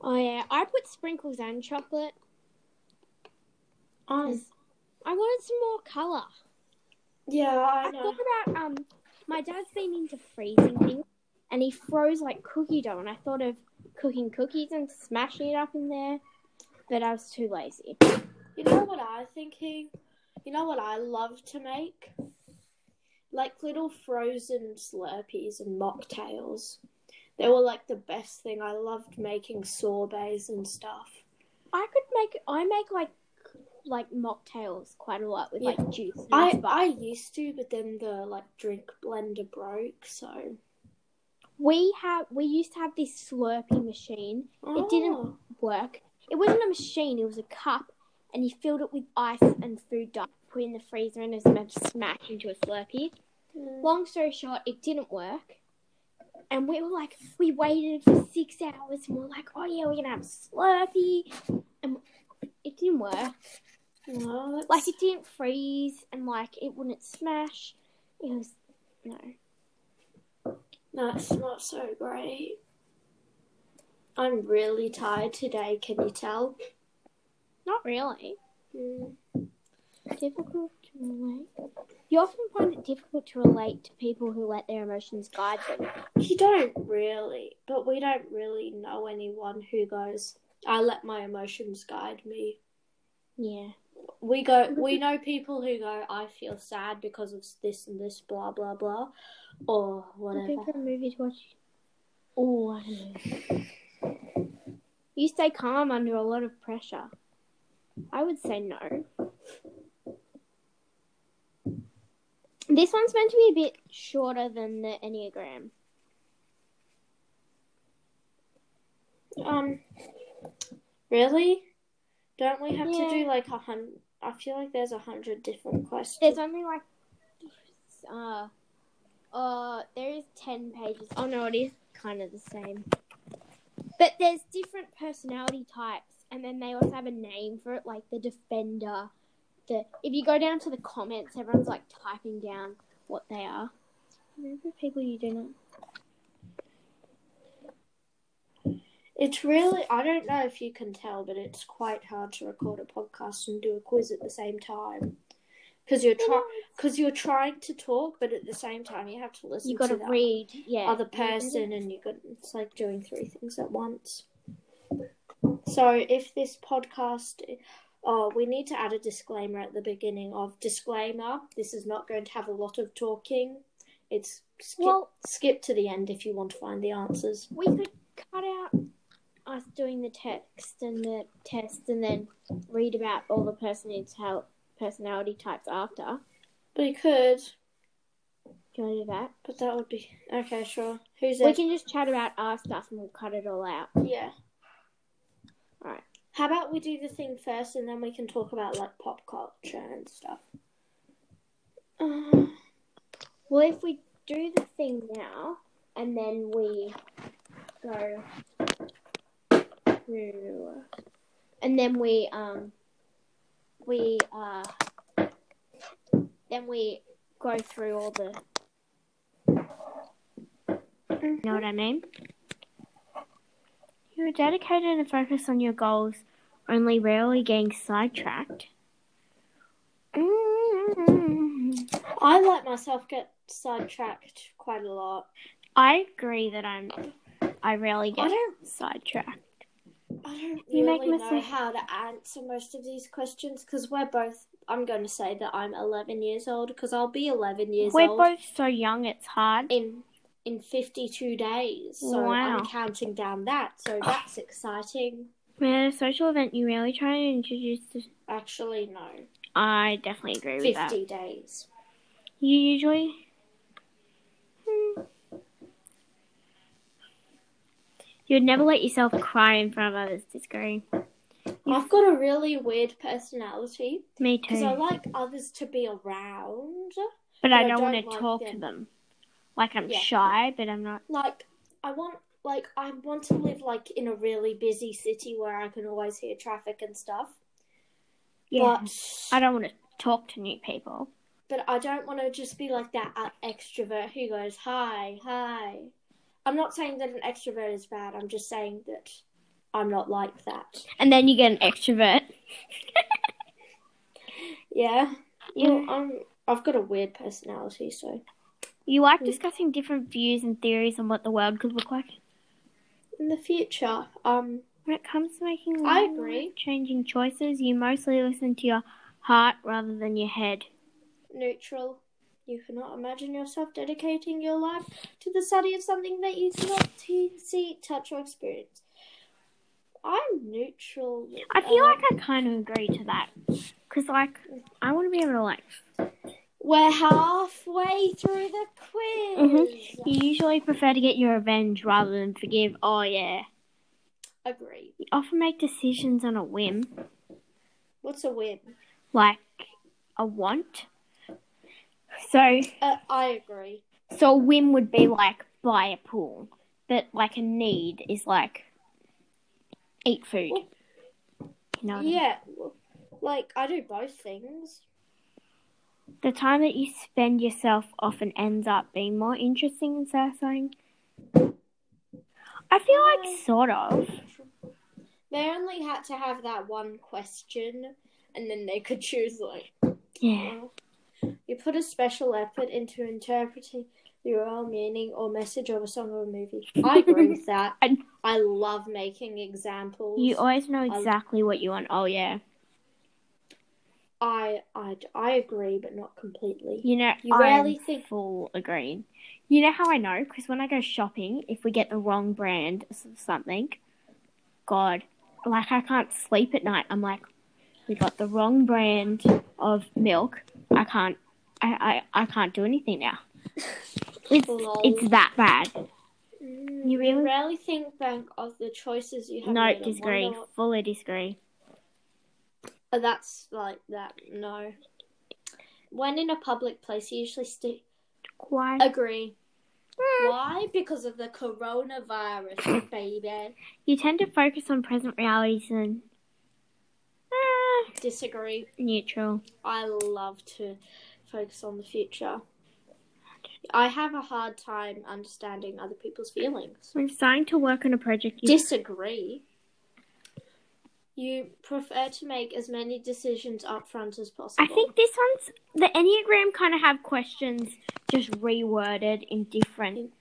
C: Oh yeah, I put sprinkles and chocolate.
A: Um,
C: I wanted some more color.
A: yeah, I
C: I
A: know.
C: thought about um, my dad's been into freezing things, and he froze like cookie dough, and I thought of cooking cookies and smashing it up in there, but I was too lazy.
A: You know what I'm thinking? You know what I love to make? Like little frozen slurpees and mocktails. They were like the best thing. I loved making sorbets and stuff.
C: I could make I make like like mocktails quite a lot with
A: Yeah.
C: like juice. And
A: I
C: stuff.
A: I used to, but then the like drink blender broke, so
C: we have we used to have this Slurpee machine It didn't-
A: Oh.
C: work. It wasn't a machine, it was a cup, and he filled it with ice and food dye, put it in the freezer, and it was meant to smash into a Slurpee.
A: Oh.
C: Long story short, it didn't work. And we were like, we waited for six hours, and we are like, oh yeah, we're gonna have a Slurpee. And it didn't work.
A: No, that's-
C: Like, it didn't freeze, and like, it wouldn't smash. It was, no.
A: That's not so great. I'm really tired today, can you tell?
C: Not really.
A: Mm.
C: Difficult to relate. You often find it difficult to relate to people who let their emotions guide them.
A: You don't really, but we don't really know anyone who goes, I let my emotions guide me.
C: Yeah.
A: We go we know people who go, I feel sad because of this and this blah blah blah or
C: Looking
A: whatever.
C: for a movie to watch. Oh, I don't know. You stay calm under a lot of pressure. I would say no. This one's meant to be a bit shorter than the Enneagram.
A: Um really? Don't we have
C: Yeah.
A: to do like a hundred I feel like there's a hundred different questions.
C: There's only like, uh, uh, there is ten pages. Oh no, it is kind of the same. But there's different personality types, and then they also have a name for it, like the defender. The if you go down to the comments, everyone's like typing down what they are. Remember people you do not.
A: It's really, I don't know if you can tell, but it's quite hard to record a podcast and do a quiz at the same time. Because you're, try- cause you're trying to talk, but at the same time you have to listen
C: You got
A: to
C: to
A: the
C: read, yeah.
A: other person and you got, it's like doing three things at once. So if this podcast, oh, we need to add a disclaimer at the beginning of disclaimer, this is not going to have a lot of talking. It's skip,
C: Well-
A: skip to the end if you want to find the answers.
C: We could cut out us doing the text and the test, and then read about all the personality type- personality types after.
A: We could.
C: Do you want to do that?
A: But that would be okay. Sure. Who's
C: We
A: it?
C: can just chat about our stuff and we'll cut it all out.
A: Yeah.
C: Alright.
A: How about we do the thing first, and then we can talk about like pop culture and stuff. Uh,
C: Well, Um, if we do the thing now and then we go to, and then we um
A: we uh, then we go through all the.
C: You know what I mean? You're dedicated and focused on your goals, only rarely getting sidetracked. Mm.
A: I let myself get sidetracked quite a lot.
C: I agree that I'm. I rarely
A: I
C: get
A: don't.
C: sidetracked.
A: I don't
C: You make
A: really know
C: mistakes.
A: how to answer most of these questions because we're both. I'm going to say that I'm 11 years old because I'll be 11 years
C: We're
A: old
C: both so young; it's hard.
A: in in 52 days. So
C: Wow.
A: I'm counting down that. So that's exciting.
C: When at a social event, you really try to introduce. The,
A: Actually, no.
C: I definitely agree with that.
A: 50 days.
C: You usually. Hmm. You'd never let yourself cry in front of others. Disagree.
A: I've got a really weird personality
C: Me
A: because I
C: too.
A: like others to be around.
C: But I
A: but I
C: don't want
A: don't
C: to
A: like
C: talk
A: them.
C: to them. Like I'm
A: Yeah.
C: shy, but I'm not.
A: Like I want like I want to live like in a really busy city where I can always hear traffic and stuff.
C: Yeah.
A: But
C: I don't want to talk to new people.
A: but I don't want to just be like that uh, extrovert who goes hi hi. I'm not saying that an extrovert is bad. I'm just saying that I'm not like that.
C: And then you get an extrovert.
A: Yeah.
C: You,
A: Well, I'm I've got a weird personality, so
C: you like
A: Hmm.
C: discussing different views and theories on what the world could look like.
A: in the future, um,
C: When it comes to making
A: I agree.
C: changing choices, you mostly listen to your heart rather than your head.
A: neutral. You cannot imagine yourself dedicating your life to the study of something that you cannot t- see, touch, or experience. I'm neutral.
C: I feel
A: uh,
C: like I kind of agree to that because, like, I want to be able to like.
A: we're halfway through the quiz.
C: You usually prefer to get your revenge rather than forgive. Oh yeah,
A: Agree.
C: you often make decisions on a whim,
A: What's a win?
C: like a want. So,
A: Uh, I agree.
C: so a whim would be like buy a pool, but like a need is like eat food. You know, what I mean?
A: Yeah, w- like I do both things.
C: the time that you spend yourself often ends up being more interesting and satisfying. I feel like sort of.
A: They only had to have that one question, and then they could choose like
C: Yeah.
A: You put a special effort into interpreting the oral meaning or message of a song or a movie. I agree with that.
C: And-
A: I love making examples.
C: You always know exactly what you want. Oh yeah,
A: I, I, I agree, but not completely.
C: you know.
A: You
C: I'm
A: rarely think-
C: full agreed. You know how I know? Because when I go shopping, if we get the wrong brand or s- something, God, like I can't sleep at night. I'm like, we got the wrong brand of milk. I can't. I I, I can't do anything now. It's
A: Lol.
C: it's that bad.
A: Mm,
C: You
A: You
C: really?
A: rarely think back of the choices you have
C: No,
A: made. and
C: disagree.
A: wonder what-
C: Fully disagree.
A: Oh, that's like that. No. When in a public place, you usually stick.
C: Quite.
A: Agree. Why? Because of the coronavirus, baby.
C: You tend to focus on present realities and ah,
A: Disagree.
C: neutral.
A: I love to focus on the future. I have a hard time understanding other people's feelings.
C: When starting to work on a project, you
A: Disagree. You prefer to make as many decisions up front as possible.
C: I think this one's the Enneagram kind of have questions just reworded in different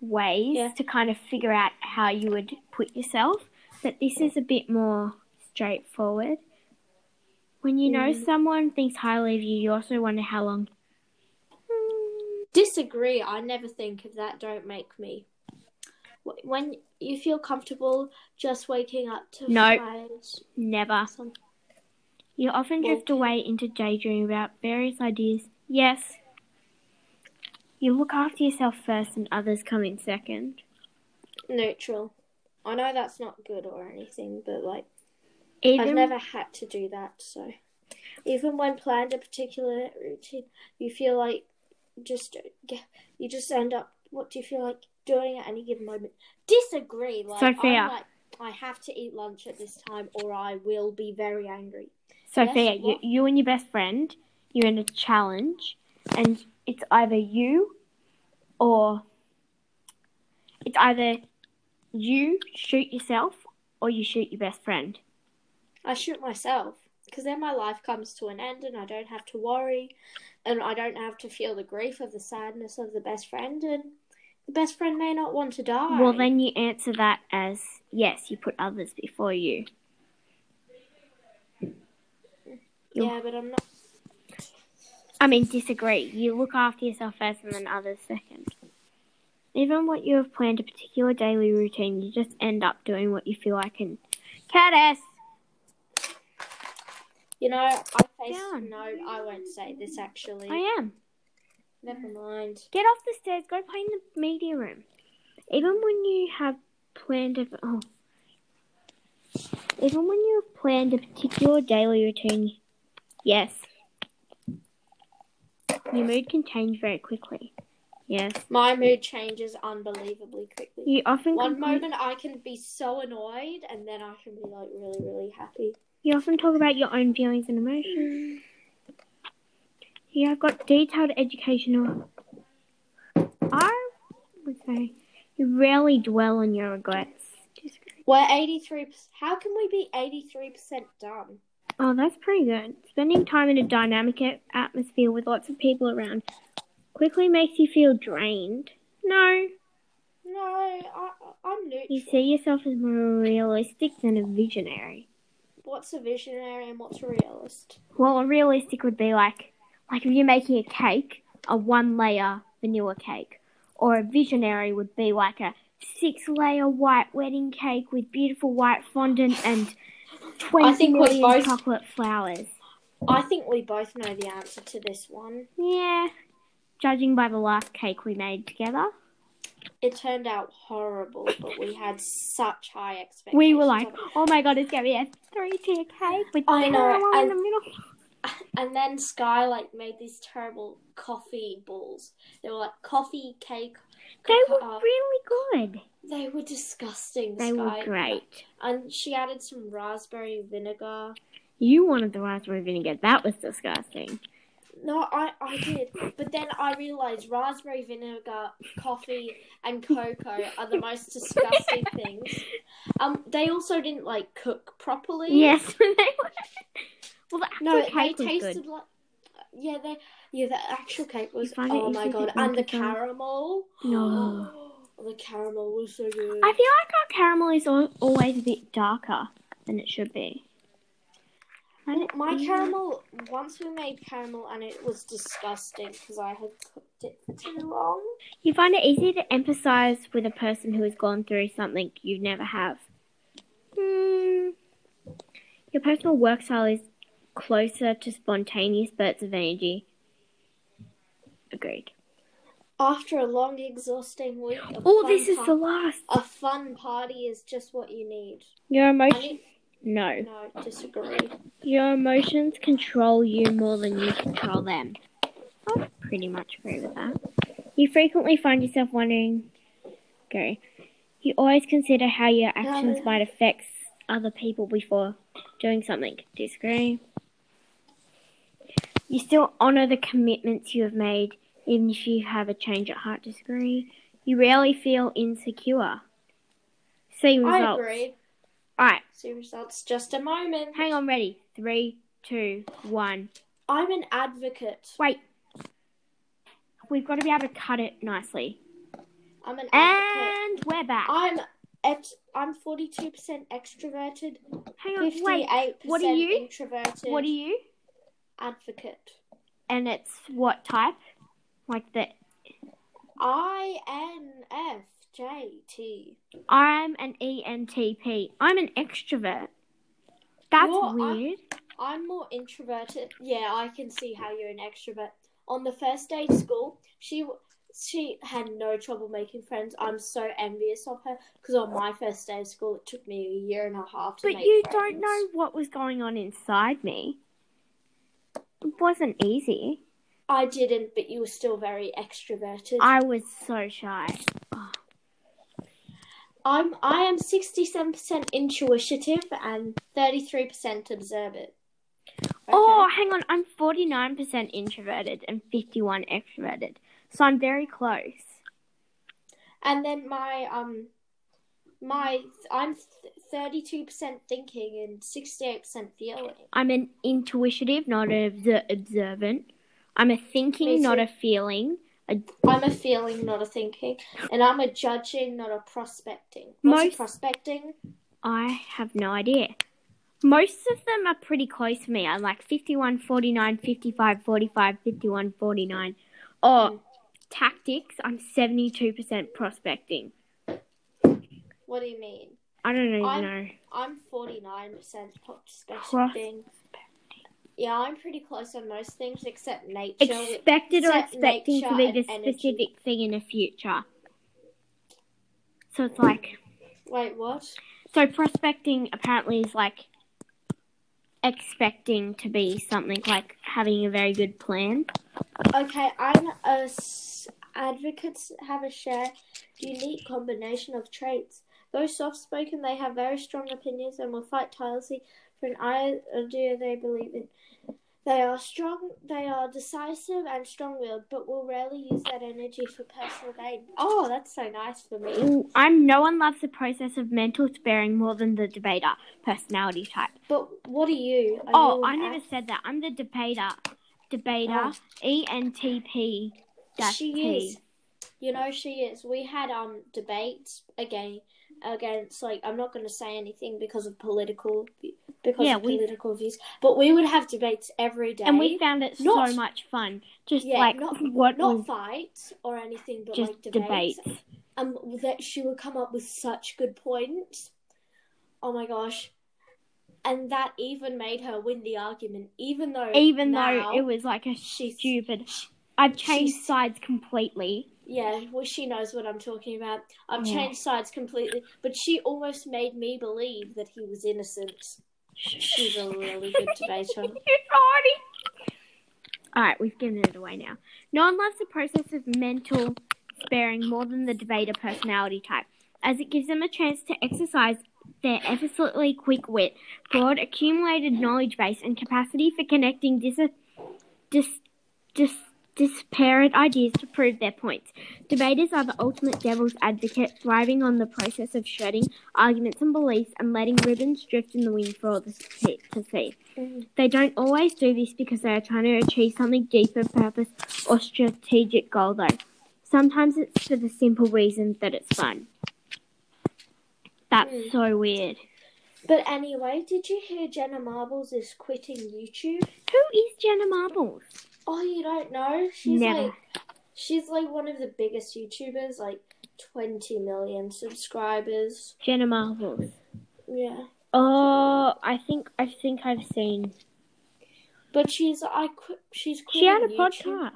C: ways
A: Yeah.
C: to kind of figure out how you would put yourself. But this is a bit more straightforward. When you know
A: Mm.
C: someone thinks highly of you, you also wonder how long.
A: disagree. I never think of that. Don't make me. Wh- When you feel comfortable just waking up to
C: No.
A: find
C: Never.
A: some-
C: You often
A: Well-
C: drift away into daydreaming about various ideas. Yes. You look after yourself first and others come in second.
A: neutral. I know that's not good or anything, but like.
C: Even
A: I've never had to do that, so even when planned a particular routine, you feel like just you just end up. What do you feel like doing at any given moment? Disagree. Like
C: Sophia.
A: I'm like I have to eat lunch at this time, or I will be very angry.
C: Sophia,
D: Yes,
C: you,
D: what?
C: you and your best friend, you're in a challenge, and it's either you or it's either you shoot yourself or you shoot your best friend.
A: I shoot myself because then my life comes to an end and I don't have to worry and I don't have to feel the grief of the sadness of the best friend and the best friend may not want to die.
C: Well, then you answer that as yes, you put others before you.
A: yeah, but I'm not.
C: I mean, disagree. You look after yourself first and then others second. Even what you have planned a particular daily routine, you just end up doing what you feel like and. Caddis!
A: You know, I face
C: Down.
A: no. I won't say this actually.
C: I am.
A: Never mind.
C: Get off the stairs, go play in the media room. Even when you have planned a oh. even when you have planned a particular daily routine, yes. Your mood can change very quickly. Yes.
A: My mood changes unbelievably quickly.
C: You often
A: One
C: complain-
A: moment I can be so annoyed, and then I can be like really, really happy.
C: You often talk about your own feelings and emotions. You have got detailed educational. I would say you rarely dwell on your regrets.
A: We're 83. per- How can we be 83% done?
C: Oh, that's pretty good. Spending time in a dynamic a- atmosphere with lots of people around quickly makes you feel drained. No,
A: No, I, I'm neutral.
C: you see yourself as more realistic than a visionary.
A: What's a visionary and what's a realist?
C: Well, a realistic would be like, like if you're making a cake, a one-layer vanilla cake, or a visionary would be like a six-layer white wedding cake with beautiful white fondant and
A: I
C: twenty
A: think we're
C: million
A: both-
C: chocolate flowers.
A: I think we both know the answer to this one.
C: Yeah, judging by the last cake we made together.
A: It turned out horrible, but we had such high expectations.
C: We were like,
A: of it.
C: oh my god, it's gonna be a three tier cake with
A: I know,
C: caramel in
A: and-
C: the middle.
A: and then Sky like made these terrible coffee balls. They were like coffee cake.
C: They
A: uh,
C: were really good.
A: They were disgusting.
C: They
A: Sky.
C: were great.
A: And she added some raspberry vinegar.
C: You wanted the raspberry vinegar. That was disgusting.
A: No, I, I did. But then I realized raspberry vinegar, coffee, and cocoa are the most disgusting things. Um, they also didn't like cook properly.
C: Yes, they were. Well, the actual
A: No, they
C: cake was
A: tasted
C: good.
A: like. Yeah, they. Yeah, the actual cake was.
C: find it
A: Oh my
C: easy to
A: god!
C: get
A: And the
C: milk again?
A: caramel.
C: No.
A: the caramel was so good.
C: I feel like our caramel is al- always a bit darker than it should be. Mm. I don't-
A: My
C: yeah.
A: caramel, once we made caramel and it was disgusting because I had cooked it for too long.
C: You find it easy to empathize with a person who has gone through something you never have. Hmm. Your personal work style is closer to spontaneous bursts of energy. Agreed.
A: After a long, exhausting week of
C: Oh,
A: fun
C: this is
A: par-
C: the last.
A: a fun party is just what you need.
C: Your
A: I
C: emotion.
A: mean,
C: No.
A: no, disagree.
C: Your emotions control you more than you control them. I pretty much agree with that. You frequently find yourself wondering. Okay. You always consider how your actions might affect other people before doing something. Disagree. You still honor the commitments you have made, even if you have a change at heart. Disagree. You rarely feel insecure. See results.
A: I agree.
C: All right.
A: See results. Just a moment.
C: Hang on. Ready. Three, two, one.
A: I'm an advocate.
C: Wait. We've got to be able to cut it nicely.
A: I'm
C: Eh.
A: an advocate.
C: And we're back.
A: I'm ex- I'm 42% extroverted,
C: Hang on. Wait.
A: 58%
C: what are you?
A: introverted.
C: What are you?
A: Advocate.
C: And it's what type? Like the
A: INFJT.
C: I'm an E ENTP. I'm an extrovert. That's
A: You're- I'm-
C: weird.
A: I'm more introverted. Yeah, I can see how you're an extrovert. On the first day of school, she she had no trouble making friends. I'm so envious of her because on my first day of school, it took me a year and a half to
C: But
A: make
C: you
A: friends.
C: don't know what was going on inside me. It wasn't easy.
A: I didn't, but you were still very extroverted. I,
C: I was so shy.
A: I'm I am 67% intuitive and 33% observant.
C: Oh, hang on. I'm 49% introverted and 51 extroverted. So I'm very close.
A: And then my um my I'm thirty two percent thinking and sixty eight percent feeling.
C: I'm an intuitive, not a obser- observant. I'm a
A: Me
C: thinking,
A: too.
C: not a feeling.
A: I'm a feeling, not a thinking, and I'm a judging, not a prospecting. What's
C: Most-
A: a prospecting?
C: I have no idea. Most of them are pretty close for me. I'm like 51, 49, 55, 45, 51, 49.
A: Hmm.
C: Oh, tactics, I'm 72% prospecting.
A: What do you mean?
C: I don't even
A: I'm-
C: know.
A: I'm forty nine percent prospecting. Yeah, I'm pretty close on most things except nature. which-
C: Expected or
A: set
C: expecting to be
A: nature
C: the
A: and energy.
C: specific thing in the future. So it's like
A: Wait, what?
C: So prospecting apparently is like expecting to be something like having a very good plan.
A: Okay, I'm a s- advocates have a shared, unique combination of traits. Though soft-spoken, they have very strong opinions and will fight tirelessly for an idea they believe in. They are strong. They are decisive and strong-willed, but will rarely use that energy for personal gain. Oh, that's so nice for me.
C: Ooh, I'm no one loves the process of mental sparing more than the debater personality type.
A: But what are you? Are
C: Oh,
A: you
C: I
A: an
C: never
A: act-
C: said that. I'm the debater. Debater.
A: Oh.
C: E N T P. dash
A: She
C: T.
A: is. You know, she is. We had um debates again against like I'm not going to say anything because of political because
C: Yeah,
A: of
C: we-
A: political views, but we would have debates every day.
C: And we found it
A: Not-
C: so much fun. Just
A: Yeah,
C: like
A: not-
C: what
A: not
C: was
A: fights or anything, but
C: just
A: like debates.
C: debates.
A: Um, that she would come up with such good points. Oh my gosh. And that even made her win the argument, even though
C: Even
A: now,
C: though it was like a
A: she's-
C: stupid. I've changed
A: she's-
C: sides completely.
A: Yeah, well, she knows what I'm talking about. I've
C: Yeah.
A: changed sides completely, but she almost made me believe that he was innocent. She's a really good debater.
C: All right, we've given it away now. No one loves the process of mental sparing more than the debater personality type, as it gives them a chance to exercise their effortlessly quick wit, broad accumulated knowledge base, and capacity for connecting dis- dis- dis- disparate ideas to prove their points. Debaters are the ultimate devil's advocate, thriving on the process of shredding arguments and beliefs and letting ribbons drift in the wind for all the see- to see. They don't always do this because they are trying to achieve something deeper, purpose, or strategic goal, though. Sometimes it's for the simple reason that it's fun. That's
A: Hmm.
C: so weird.
A: But anyway, did you hear Jenna Marbles is quitting YouTube?
C: Who is Jenna Marbles?
A: Oh, you don't know? She's
C: Never.
A: like she's like one of the biggest YouTubers, like 20 million subscribers.
C: Jenna Marbles.
A: Yeah.
C: Oh, I think I think I've seen.
A: But she's I quit, she's quitting
C: She had a
A: YouTube.
C: podcast.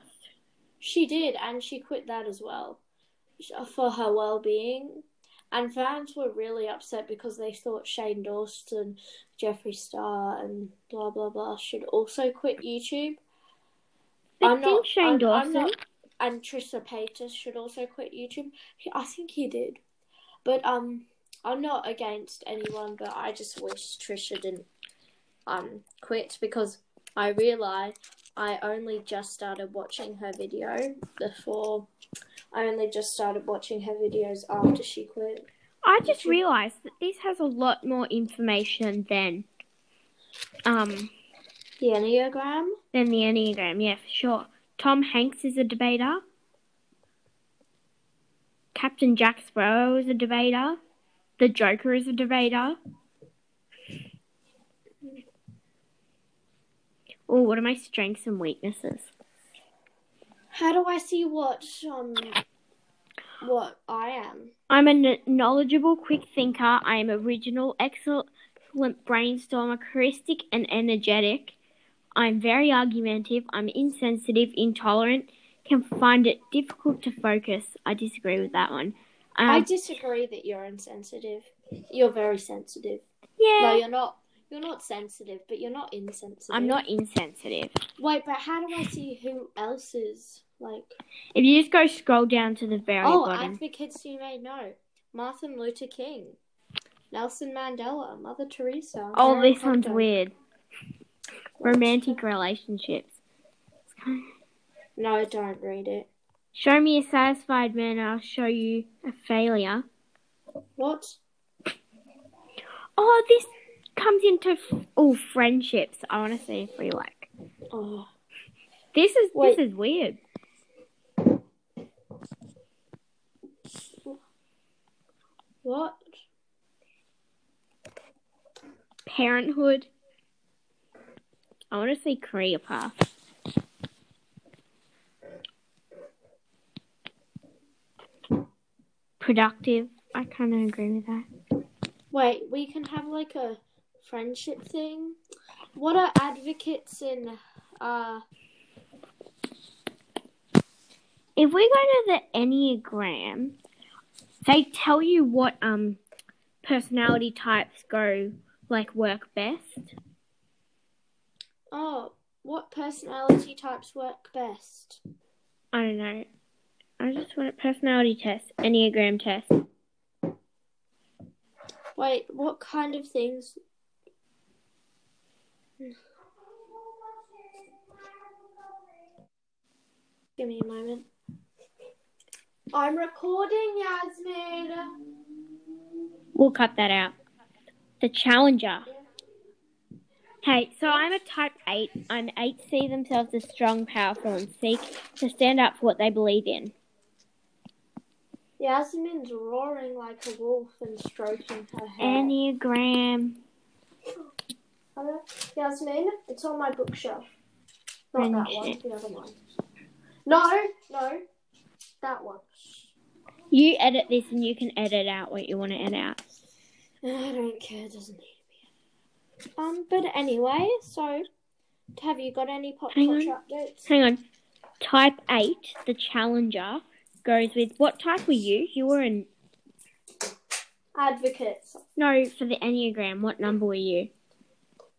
A: She did, and she quit that as well uh, for her well being. And fans were really upset because they thought Shane Dawson, Jeffree Star, and blah blah blah should also quit YouTube.
C: But
A: I'm
C: didn't
A: not-
C: Shane
A: I'm- I'm
C: Dawson?
A: not- and Trissa Paytas should also quit YouTube. He- I think he did, but um, I'm not against anyone, but I just wish Trisha didn't um quit because I realized I only just started watching her video before. I only just started watching her videos after she quit.
C: I just
A: YouTube.
C: realised that this has a lot more information than um
A: The Enneagram.
C: than the Enneagram, yeah, for sure. Tom Hanks is a debater. Captain Jack Sparrow is a debater. The Joker is a debater. Oh, what are my strengths and weaknesses?
A: How do I see what um what I am?
C: I'm a kn- knowledgeable, quick thinker. I am original, excellent brainstormer, charistic, and energetic. I'm very argumentative. I'm insensitive, intolerant, can find it difficult to focus. I disagree with that one. Um,
A: I disagree that you're insensitive. You're very sensitive. No,
C: yeah,
A: you're not. You're not sensitive, but you're not insensitive.
C: I'm not insensitive.
A: Wait, but how do I see who else is like?
C: If you just go scroll down to the very
A: oh,
C: bottom,
A: advocates you may know: Martin Luther King, Nelson Mandela, Mother Teresa.
C: oh,
A: Marilyn
C: this one's
A: Monroe.
C: weird. romantic relationships.
A: No, don't read it.
C: Show me a satisfied man, I'll show you a failure.
A: What?
C: Oh, this comes into f- all friendships. I want to see if we like.
A: Oh,
C: This is
A: Wait.
C: this is weird.
A: what?
C: Parenthood. I want to see career path. Productive. I kind of agree with that.
A: Wait, we can have like a friendship thing. What are advocates in? Uh,
C: If we go to the Enneagram, they tell you what um personality types go like work best.
A: oh, what personality types work best?
C: I don't know. I just want a personality test, Enneagram test.
A: Wait, what kind of things? Give me a moment. I'm recording, Yasmin.
C: We'll cut that out. The Challenger. Hey, so I'm a type 8. I'm 8 see themselves as strong, powerful, and seek to stand up for what they believe in.
A: Yasmin's roaring like a wolf and stroking her hair.
C: Enneagram.
A: Hello? Yasmin, it's on my bookshelf. Not that one, the other one. No, no, that one.
C: You edit this and you can edit out what you want to edit out.
A: I don't care, it doesn't need to be. Um, but anyway, so have you got any pop
C: Hang
A: culture updates?
C: Hang on. Type 8, the Challenger, goes with what type were you? You were an.
A: Advocates.
C: No, for the Enneagram, what number were you?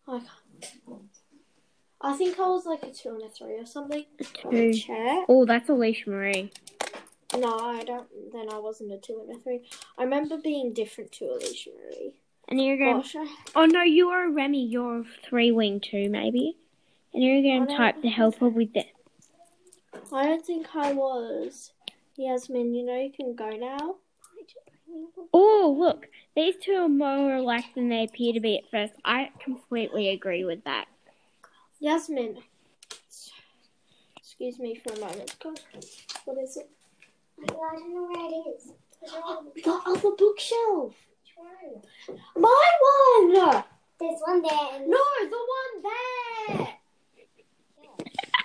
A: I can't. I think I was like a two and a three or something.
C: A
A: Let me
C: 2.
A: Check.
C: Oh, that's Alicia Marie.
A: No, I don't. Then I wasn't a two and a three. I remember being different to Alicia Marie.
C: Enneagram
A: Gosh, I-
C: Oh no, you are a Remy. You're a three wing two, maybe. And you're going
A: Oh,
C: to
A: no.
C: type the helper with the
A: I don't think I was. Yasmin, you know you can go now.
C: Oh, look, these two are more alike than they appear to be at first. I completely agree with that.
A: Yasmin, excuse me for a moment. Go- What is it?
B: I don't know where it is.
A: The other bookshelf. My one. No,
B: There's one there and
A: the one there.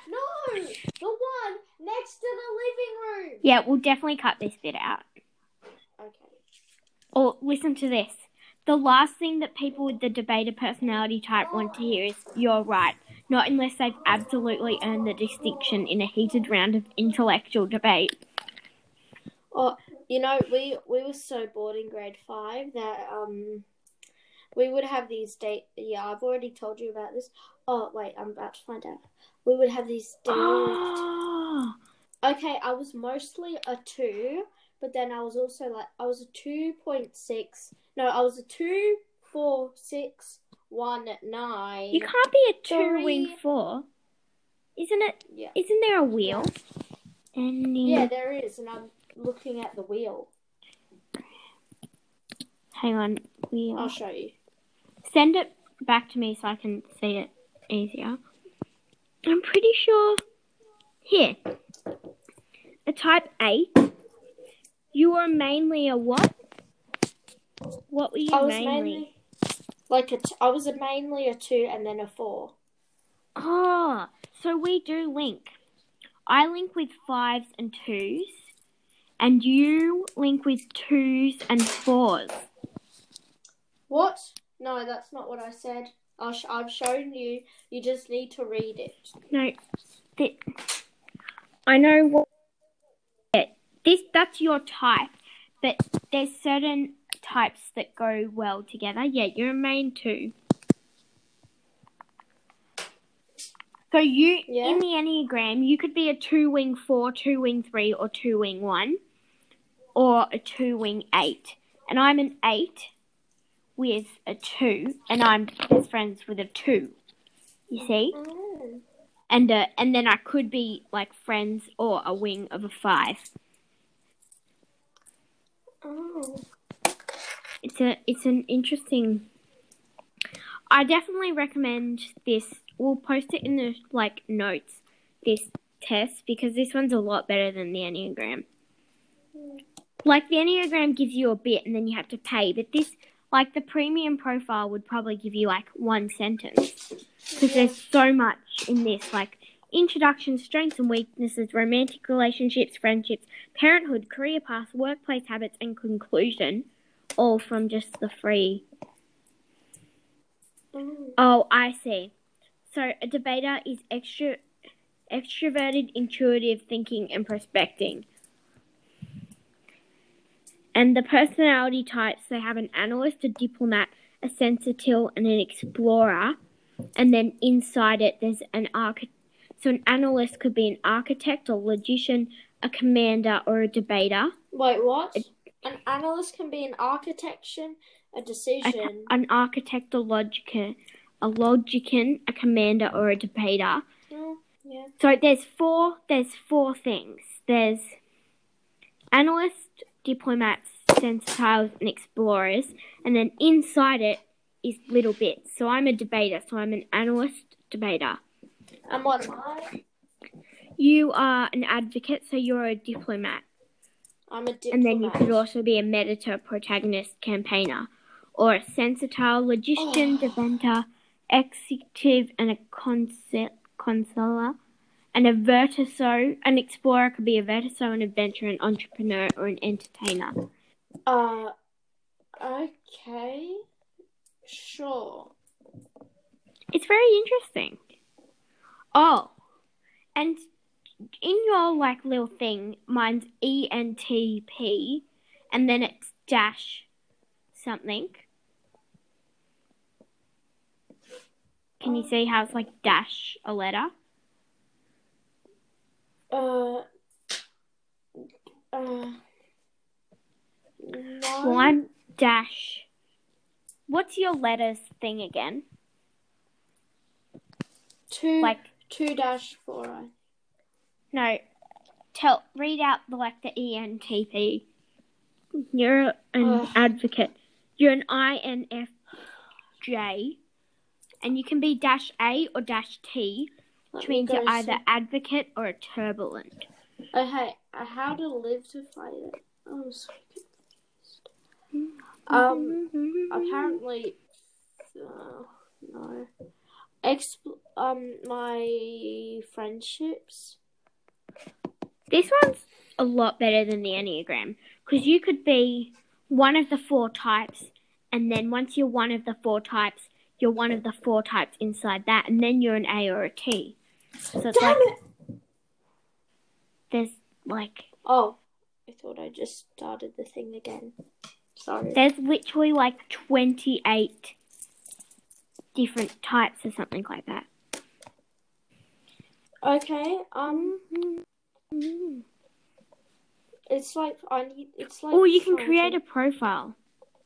A: No, the one next to the living room.
C: Yeah, we'll definitely cut this bit out.
A: Okay.
C: Or listen to this. The last thing that people with the debater personality type want to hear is you're right, not unless they've absolutely earned the distinction in a heated round of intellectual debate.
A: You know, we we were so bored in grade five that um we would have these date. Yeah, I've already told you about this. Oh wait, I'm about to find out. We would have these daily.
C: Oh,
A: Okay, I was mostly a two, but then I was also like I was a two point six. No, I was a two four six one nine.
C: you can't be a two
A: Sorry.
C: wing four. Isn't it
A: yeah,
C: Isn't there a wheel? And
A: yeah, there is, and I'm looking at the wheel.
C: hang on, wheel.
A: I'll show you.
C: Send it back to me so I can see it easier. I'm pretty sure. Here, a type eight. You were mainly a what? What were you
A: I was
C: mainly?
A: mainly like a t- I was a mainly a two and then a four.
C: Oh, so we do link. I link with fives and twos, and you link with twos and fours.
A: What? No, that's not what I said. I'll sh- I've shown you. You just need to read it.
C: No, th- I know what yeah, this. That's your type, but there's certain types that go well together. Yeah, you're a main two. So you
A: Yeah.
C: in the enneagram, you could be a two wing four, two wing three, or two wing one, or a two wing eight. And I'm an eight with a two, and I'm best friends with a two. You see, and uh, and then I could be like friends or a wing of a five.
A: Oh.
C: It's a it's an interesting. I definitely recommend this. We'll post it in the like notes. This test because this one's a lot better than the enneagram. Like the enneagram gives you a bit and then you have to pay, but this like the premium profile would probably give you like one sentence because there's so much in this like introduction, strengths and weaknesses, romantic relationships, friendships, parenthood, career path, workplace habits, and conclusion, all from just the free. Oh, I see. So a debater is extra, extroverted, intuitive thinking and prospecting. And the personality types they have an analyst, a diplomat, a sensitive, and an explorer. And then inside it, there's an architect. So an analyst could be an architect or logician, a commander or a debater,
A: Wait, what? An analyst can be an architecture, a
C: a,
A: decision.
C: an architect or logician, a logician, a commander or a debater.
A: Oh, yeah.
C: So there's four. There's four things. There's analysts, diplomats, sensitives, and explorers, and then inside it is little bits. So I'm a debater. So I'm an analyst debater.
A: And what am I?
C: You are an advocate. So you're a diplomat,
A: I'm a diplomat.
C: and then you could also be a mediator, protagonist, campaigner, or a sensitile, logician, deventer, executive, and a concept consular. and a vertiso. An explorer could be a vertiso, an adventurer, an entrepreneur, or an entertainer.
A: Uh, okay. Sure.
C: It's very interesting. Oh, and in your like little thing, mine's E ENTP, and then it's dash something. Can you see how it's like dash a letter?
A: Uh, uh, no.
C: Well, I'm dash. What's your letters thing again?
A: two
C: Like
A: two dash four. I-
C: No, tell read out the like the E ENTP. You're an
A: Ugh.
C: advocate. You're an INFJ, and you can be dash A or dash T,
A: Let
C: which
A: me
C: means
A: go
C: you're either
A: see.
C: advocate or a turbulent.
A: Okay, uh, how to live to fight it. Oh, I'm so confused. Um, apparently, uh, no. Expl- um, my friendships.
C: This one's a lot better than the Enneagram because you could be one of the four types, and then once you're one of the four types, you're one of the four types inside that, and then you're an A or a T. So it's like there's like
A: Oh, I thought I just started the thing again. Sorry.
C: there's literally like 28 different types or something like that.
A: Okay. Um, it's like I need. It's like.
C: Or you can
A: trying
C: create
A: to-
C: a profile.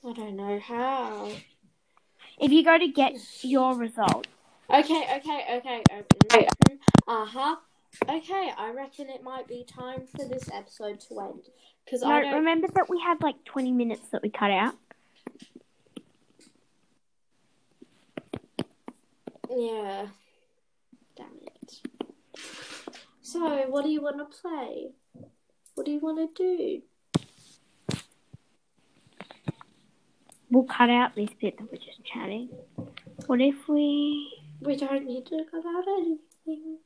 A: I don't know how.
C: If you go to get your result,
A: Okay, okay, okay, open, open. Uh huh. Okay, I reckon it might be time for this episode to end. Because
C: no,
A: I don't.
C: remember that we had like 20 minutes that we cut out.
A: Yeah. Damn it. So, what do you want to play? What do you want to do?
C: We'll cut out this bit that we're just chatting. What if we?
A: We don't need to go out anything.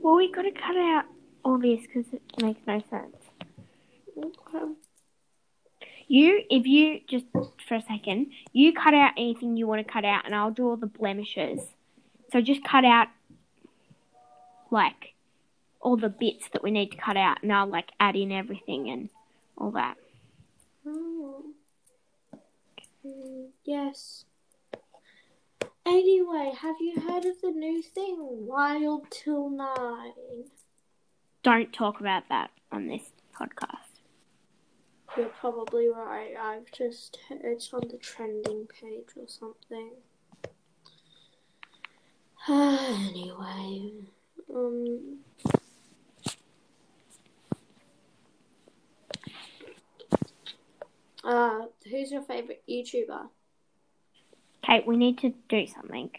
C: Well, we gotta cut out all this because it makes no sense.
A: Okay.
C: You, if you just for a second, you cut out anything you want to cut out, and I'll do all the blemishes. So just cut out like all the bits that we need to cut out, and I'll like add in everything and all that.
A: Oh. Mm, Yes. Anyway, have you heard of the new thing, Wild Till Nine?
C: Don't talk about that on this podcast.
A: You're probably right. I've just it's on the trending page or something. anyway, um, uh, who's your favorite YouTuber?
C: Kate, we need to do something.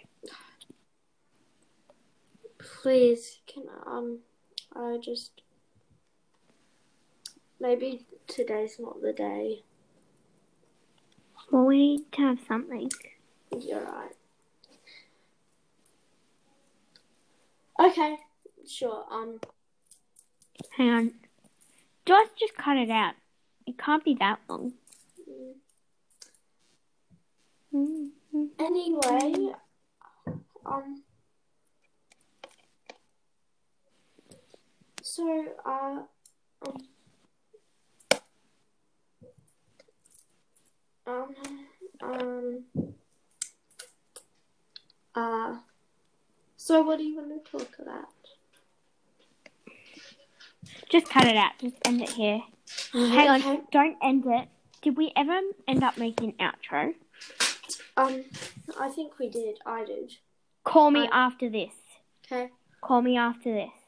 A: Please, can um, I just maybe today's not the day.
C: Well, we need to have something.
A: You're right. Okay, sure. Um,
C: Hang on. Do I just cut it out? It can't be that long. Mm.
A: anyway, um, so uh, um, um, um, uh, so what do you want to talk about?
C: Just cut it out. Just end it here. Hang
A: Okay,
C: on. Don't end it. Did we ever end up making an outro?
A: Um, I think we did. I did.
C: Call me
A: Um,
C: after this.
A: Okay.
C: Call me after this.